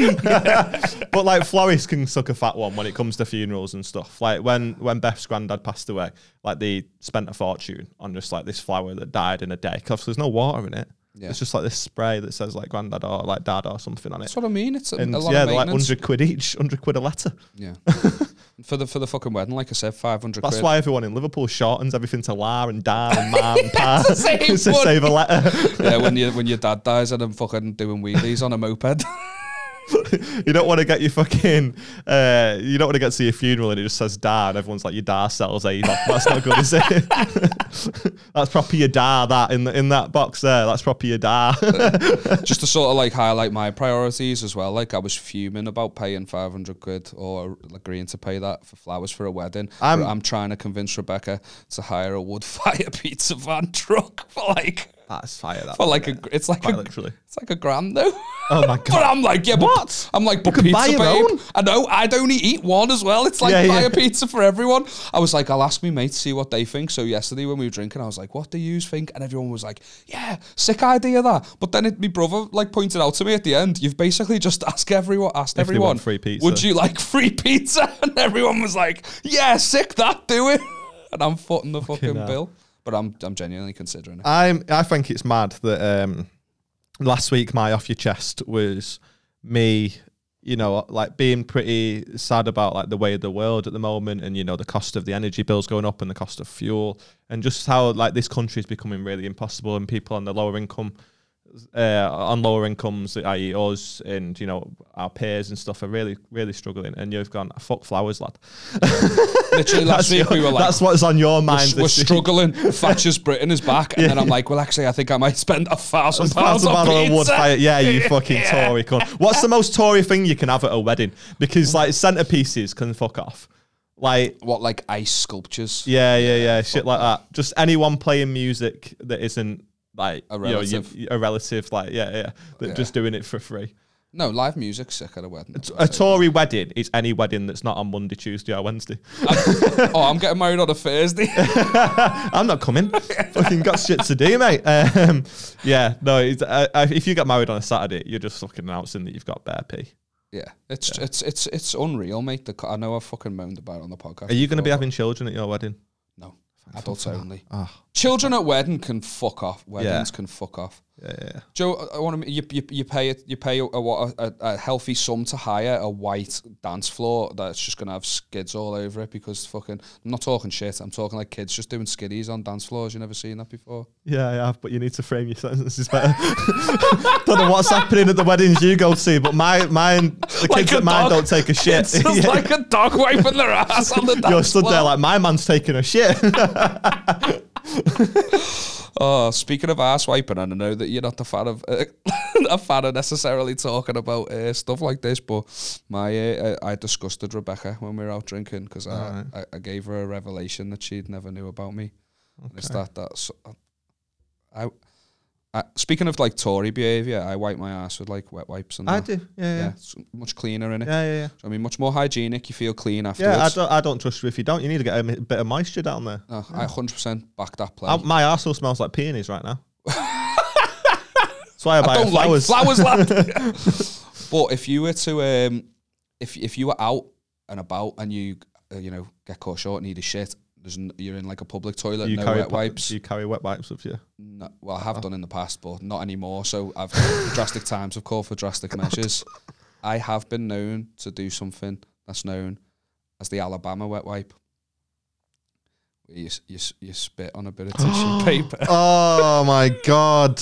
Speaker 2: but like florists can suck a fat one when it comes to funerals and stuff. Like when when Beth's granddad passed away, like they spent a fortune on just like this flower that died in a day. Cause there's no water in it.
Speaker 1: Yeah.
Speaker 2: It's just like this spray that says like granddad or like dad or something on it.
Speaker 1: That's what I mean. It's a,
Speaker 2: And
Speaker 1: a lot
Speaker 2: yeah,
Speaker 1: of
Speaker 2: they're like
Speaker 1: maintenance.
Speaker 2: hundred quid each, hundred quid a letter.
Speaker 1: yeah. for the for the fucking wedding, like I said, 500
Speaker 2: That's
Speaker 1: quid.
Speaker 2: why everyone in Liverpool shortens everything to La and Da and Ma and Pa.
Speaker 1: It's the same
Speaker 2: It's to
Speaker 1: one.
Speaker 2: save a letter.
Speaker 1: yeah, when you when your dad dies and I'm fucking doing wheelies on a moped.
Speaker 2: you don't want to get your fucking. Uh, you don't want to get to your funeral and it just says Da, and everyone's like, "Your Da sells eh?" Like, That's not good, is it? that's proper your Da. That in the, in that box there, that's proper your Da.
Speaker 1: just to sort of like highlight my priorities as well. Like I was fuming about paying five hundred quid or agreeing to pay that for flowers for a wedding. I'm,
Speaker 2: I'm-
Speaker 1: I'm trying to convince Rebecca to hire a wood fire pizza van truck for like
Speaker 2: that's fire. That
Speaker 1: for like a gr- it's like
Speaker 2: quite
Speaker 1: a,
Speaker 2: literally.
Speaker 1: it's like a grand though.
Speaker 2: Oh my
Speaker 1: But
Speaker 2: god.
Speaker 1: I'm like, yeah,
Speaker 2: What?
Speaker 1: but I'm like, but
Speaker 2: could
Speaker 1: pizza,
Speaker 2: buy your
Speaker 1: babe.
Speaker 2: own?
Speaker 1: I know. I'd only eat one as well. It's like
Speaker 2: Yeah,
Speaker 1: buy
Speaker 2: yeah.
Speaker 1: a pizza for everyone. I was like, I'll ask me mates see what they think. So yesterday when we were drinking, I was like, what do you think? And everyone was like, yeah, sick idea that. But then it, my brother like pointed out to me at the end, you've basically just asked everyone, asked
Speaker 2: If they
Speaker 1: everyone,
Speaker 2: want free pizza.
Speaker 1: would you like free pizza? And everyone was like, yeah, sick that, do it. And I'm footing the fucking,
Speaker 2: hell.
Speaker 1: bill. But I'm I'm genuinely considering it.
Speaker 2: I'm. I think it's mad that um, last week my off your chest was me. You know, like being pretty sad about like the way of the world at the moment, and you know the cost of the energy bills going up, and the cost of fuel, and just how like this country is becoming really impossible, and people on the lower income, uh, on lower incomes, i.e., us, and you know our peers and stuff are really, really struggling. And you've gone fuck flowers, lad.
Speaker 1: Literally last
Speaker 2: That's
Speaker 1: week
Speaker 2: your-
Speaker 1: we were like,
Speaker 2: that's what's on your mind.
Speaker 1: we're
Speaker 2: this week.
Speaker 1: struggling. Thatcher's Britain is back, and then I'm like, well, actually, I think I might spend a thousand pounds on
Speaker 2: Battle
Speaker 1: pizza.
Speaker 2: wood fire. Yeah, you fucking Tory cunt. What's the most Tory thing you can have at a wedding? Because like centerpieces can fuck off. Like
Speaker 1: What like ice sculptures?
Speaker 2: yeah, yeah, yeah, shit like that. Just anyone playing music that isn't like
Speaker 1: A
Speaker 2: you know, you-
Speaker 1: relative.
Speaker 2: a relative. Like yeah, yeah, that just doing it for free.
Speaker 1: No, live music's sick at a wedding.
Speaker 2: A Tory wedding is any wedding that's not on Monday, Tuesday, or Wednesday.
Speaker 1: I'm- oh, I'm getting married on a Thursday.
Speaker 2: I'm not coming. fucking got shit to do, mate. Um, yeah, no. It's, uh, uh, if you get married on a Saturday, you're just fucking announcing that you've got bare pee.
Speaker 1: yeah, it's it's it's it's unreal, mate. The, co- I know I fucking moaned about it on the podcast.
Speaker 2: Are you going to be
Speaker 1: before,
Speaker 2: having children at your wedding?
Speaker 1: but no adults only?
Speaker 2: Ah,
Speaker 1: Children at wedding can fuck off. Weddings can fuck off.
Speaker 2: yeah, yeah, yeah.
Speaker 1: Joe, I want to. You, you you pay it. You pay a, a what a, a healthy sum to hire a white dance floor that's just gonna have skids all over it because fucking. I'm not talking shit. I'm talking like kids just doing skiddies on dance floors. You never seen that before.
Speaker 2: Yeah, I have, but you need to frame your sentences better. don't know what's happening at the weddings you go to, but my mine, the
Speaker 1: Like
Speaker 2: kids
Speaker 1: a
Speaker 2: at
Speaker 1: dog.
Speaker 2: mine don't take a shit.
Speaker 1: It's just
Speaker 2: Yeah.
Speaker 1: like a dog wiping their ass on the dance
Speaker 2: You're stood
Speaker 1: floor.
Speaker 2: there like my man's taking a shit.
Speaker 1: Oh, speaking of ass wiping, and I know that you're not a fan of uh, a fan of necessarily talking about uh, stuff like this, but my uh, I I disgusted Rebecca when we were out drinking because I, I I gave her a revelation that she'd never knew about me. And it's that that so, I, I speaking of like Tory behaviour, I wipe my ass with like wet wipes and that.
Speaker 2: do.
Speaker 1: yeah, it's much cleaner in it.
Speaker 2: yeah, yeah, yeah.
Speaker 1: I mean, much more hygienic. You feel clean
Speaker 2: Yeah,
Speaker 1: afterwards.
Speaker 2: I don't, I don't trust you if you don't. You need to get a mi- bit of moisture down there.
Speaker 1: No, I hundred percent back that play.
Speaker 2: I- my arsehole smells like peonies right now. That's why I buy
Speaker 1: don't
Speaker 2: flowers.
Speaker 1: like flowers, lad. but if you were to, um, if if you were out and about and you, uh, you know, get caught short, need a shit, there's n- you're in like a public toilet,
Speaker 2: you
Speaker 1: no
Speaker 2: carry
Speaker 1: wet
Speaker 2: pa-
Speaker 1: wipes.
Speaker 2: You Oh. carry wet wipes with you.
Speaker 1: No, well, I have done in the past, but not anymore. So I've drastic times. I've called for drastic measures. I have been known to do something that's known as the Alabama wet wipe. where You, s- you, s- you spit on a bit of tissue paper
Speaker 2: Oh my god!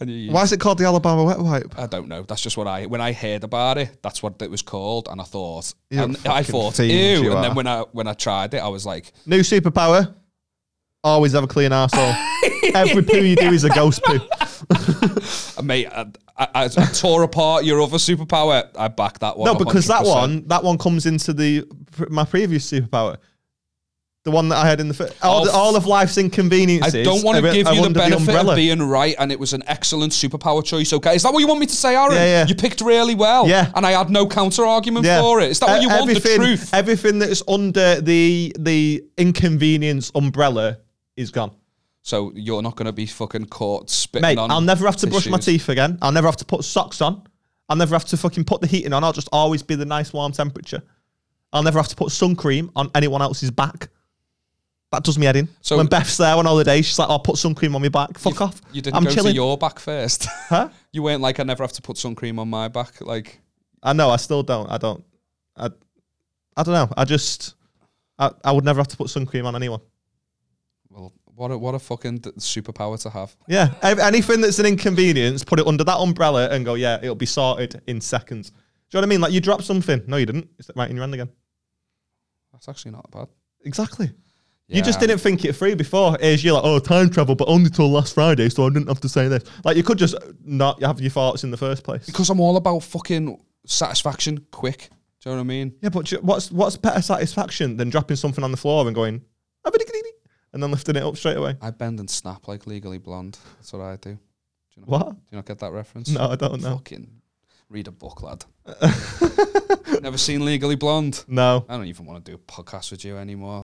Speaker 1: and you use
Speaker 2: Why is it called the Alabama wet wipe?
Speaker 1: I don't know. That's just what I when I heard about it, that's what it was called, and I thought,
Speaker 2: You're
Speaker 1: and
Speaker 2: a
Speaker 1: I
Speaker 2: fucking
Speaker 1: thought,
Speaker 2: fiend,
Speaker 1: ew.
Speaker 2: you
Speaker 1: And
Speaker 2: are.
Speaker 1: then when I when I tried it, I was like,
Speaker 2: New superpower. Always have a clean arsehole. Every poo you do is a ghost poo.
Speaker 1: "Uh, mate, I, I, I tore apart your other superpower. I backed that one.
Speaker 2: No, because that
Speaker 1: 100%.
Speaker 2: one, that one comes into the pr- my previous superpower. The one that I had in the fir- all,
Speaker 1: Oh,
Speaker 2: the- all of life's
Speaker 1: I
Speaker 2: inconveniences.
Speaker 1: don't want to
Speaker 2: are-
Speaker 1: give
Speaker 2: are
Speaker 1: you the
Speaker 2: under
Speaker 1: benefit
Speaker 2: umbrella.
Speaker 1: of being right, and it was an excellent superpower choice. Okay, is that what you want me to say, Aaron?
Speaker 2: Yeah, yeah.
Speaker 1: You picked really well,
Speaker 2: Yeah.
Speaker 1: and I had no counter argument
Speaker 2: Yeah.
Speaker 1: for it. Is that what
Speaker 2: E-
Speaker 1: you want? The
Speaker 2: everything-
Speaker 1: truth.
Speaker 2: Everything that's under the the inconvenience umbrella is gone.
Speaker 1: So you're not going to be fucking caught spitting
Speaker 2: Mate,
Speaker 1: on.
Speaker 2: I'll never have to brush my
Speaker 1: tissues.
Speaker 2: teeth again. I'll never have to put socks on. I'll never have to fucking put the heating on. I'll just always be the nice warm temperature. I'll never have to put sun cream on anyone else's back. That does me head in.
Speaker 1: So-
Speaker 2: when Beth's there on holiday, she's like, I'll put sun cream on my back. Fuck off.
Speaker 1: You didn't
Speaker 2: I'm
Speaker 1: go
Speaker 2: chilling.
Speaker 1: to your back first.
Speaker 2: huh?
Speaker 1: You weren't like I never have to put sun cream on my back. Like
Speaker 2: I know, I still don't. I don't. I, I don't know. I just, I, I would never have to put sun cream on anyone.
Speaker 1: Well, what a what a fucking d- superpower to have.
Speaker 2: Yeah, ev- anything that's an inconvenience, put it under that umbrella and go, yeah, it'll be sorted in seconds. Do you know what I mean? Like you dropped something. No, you didn't. It's right in your hand again.
Speaker 1: That's actually not bad.
Speaker 2: Exactly. You just
Speaker 1: Yeah.
Speaker 2: didn't think it through before. Is you're like, oh, time travel, but only till last Friday, so I didn't have to say this. Like you could just not have your thoughts in the first place.
Speaker 1: because I'm all about fucking satisfaction, quick. Do you know what I mean?
Speaker 2: Yeah, but you- what's what's better satisfaction than dropping something on the floor and going, "Abidi-gidi-gidi," and then lifting it up straight away?
Speaker 1: I bend and snap like Legally Blonde. That's what I do. Do you not,
Speaker 2: What?
Speaker 1: Do you not get that reference?
Speaker 2: No, I don't know.
Speaker 1: Fucking read a book, lad. Never seen Legally Blonde.
Speaker 2: No.
Speaker 1: I don't even want to do a podcast with you anymore.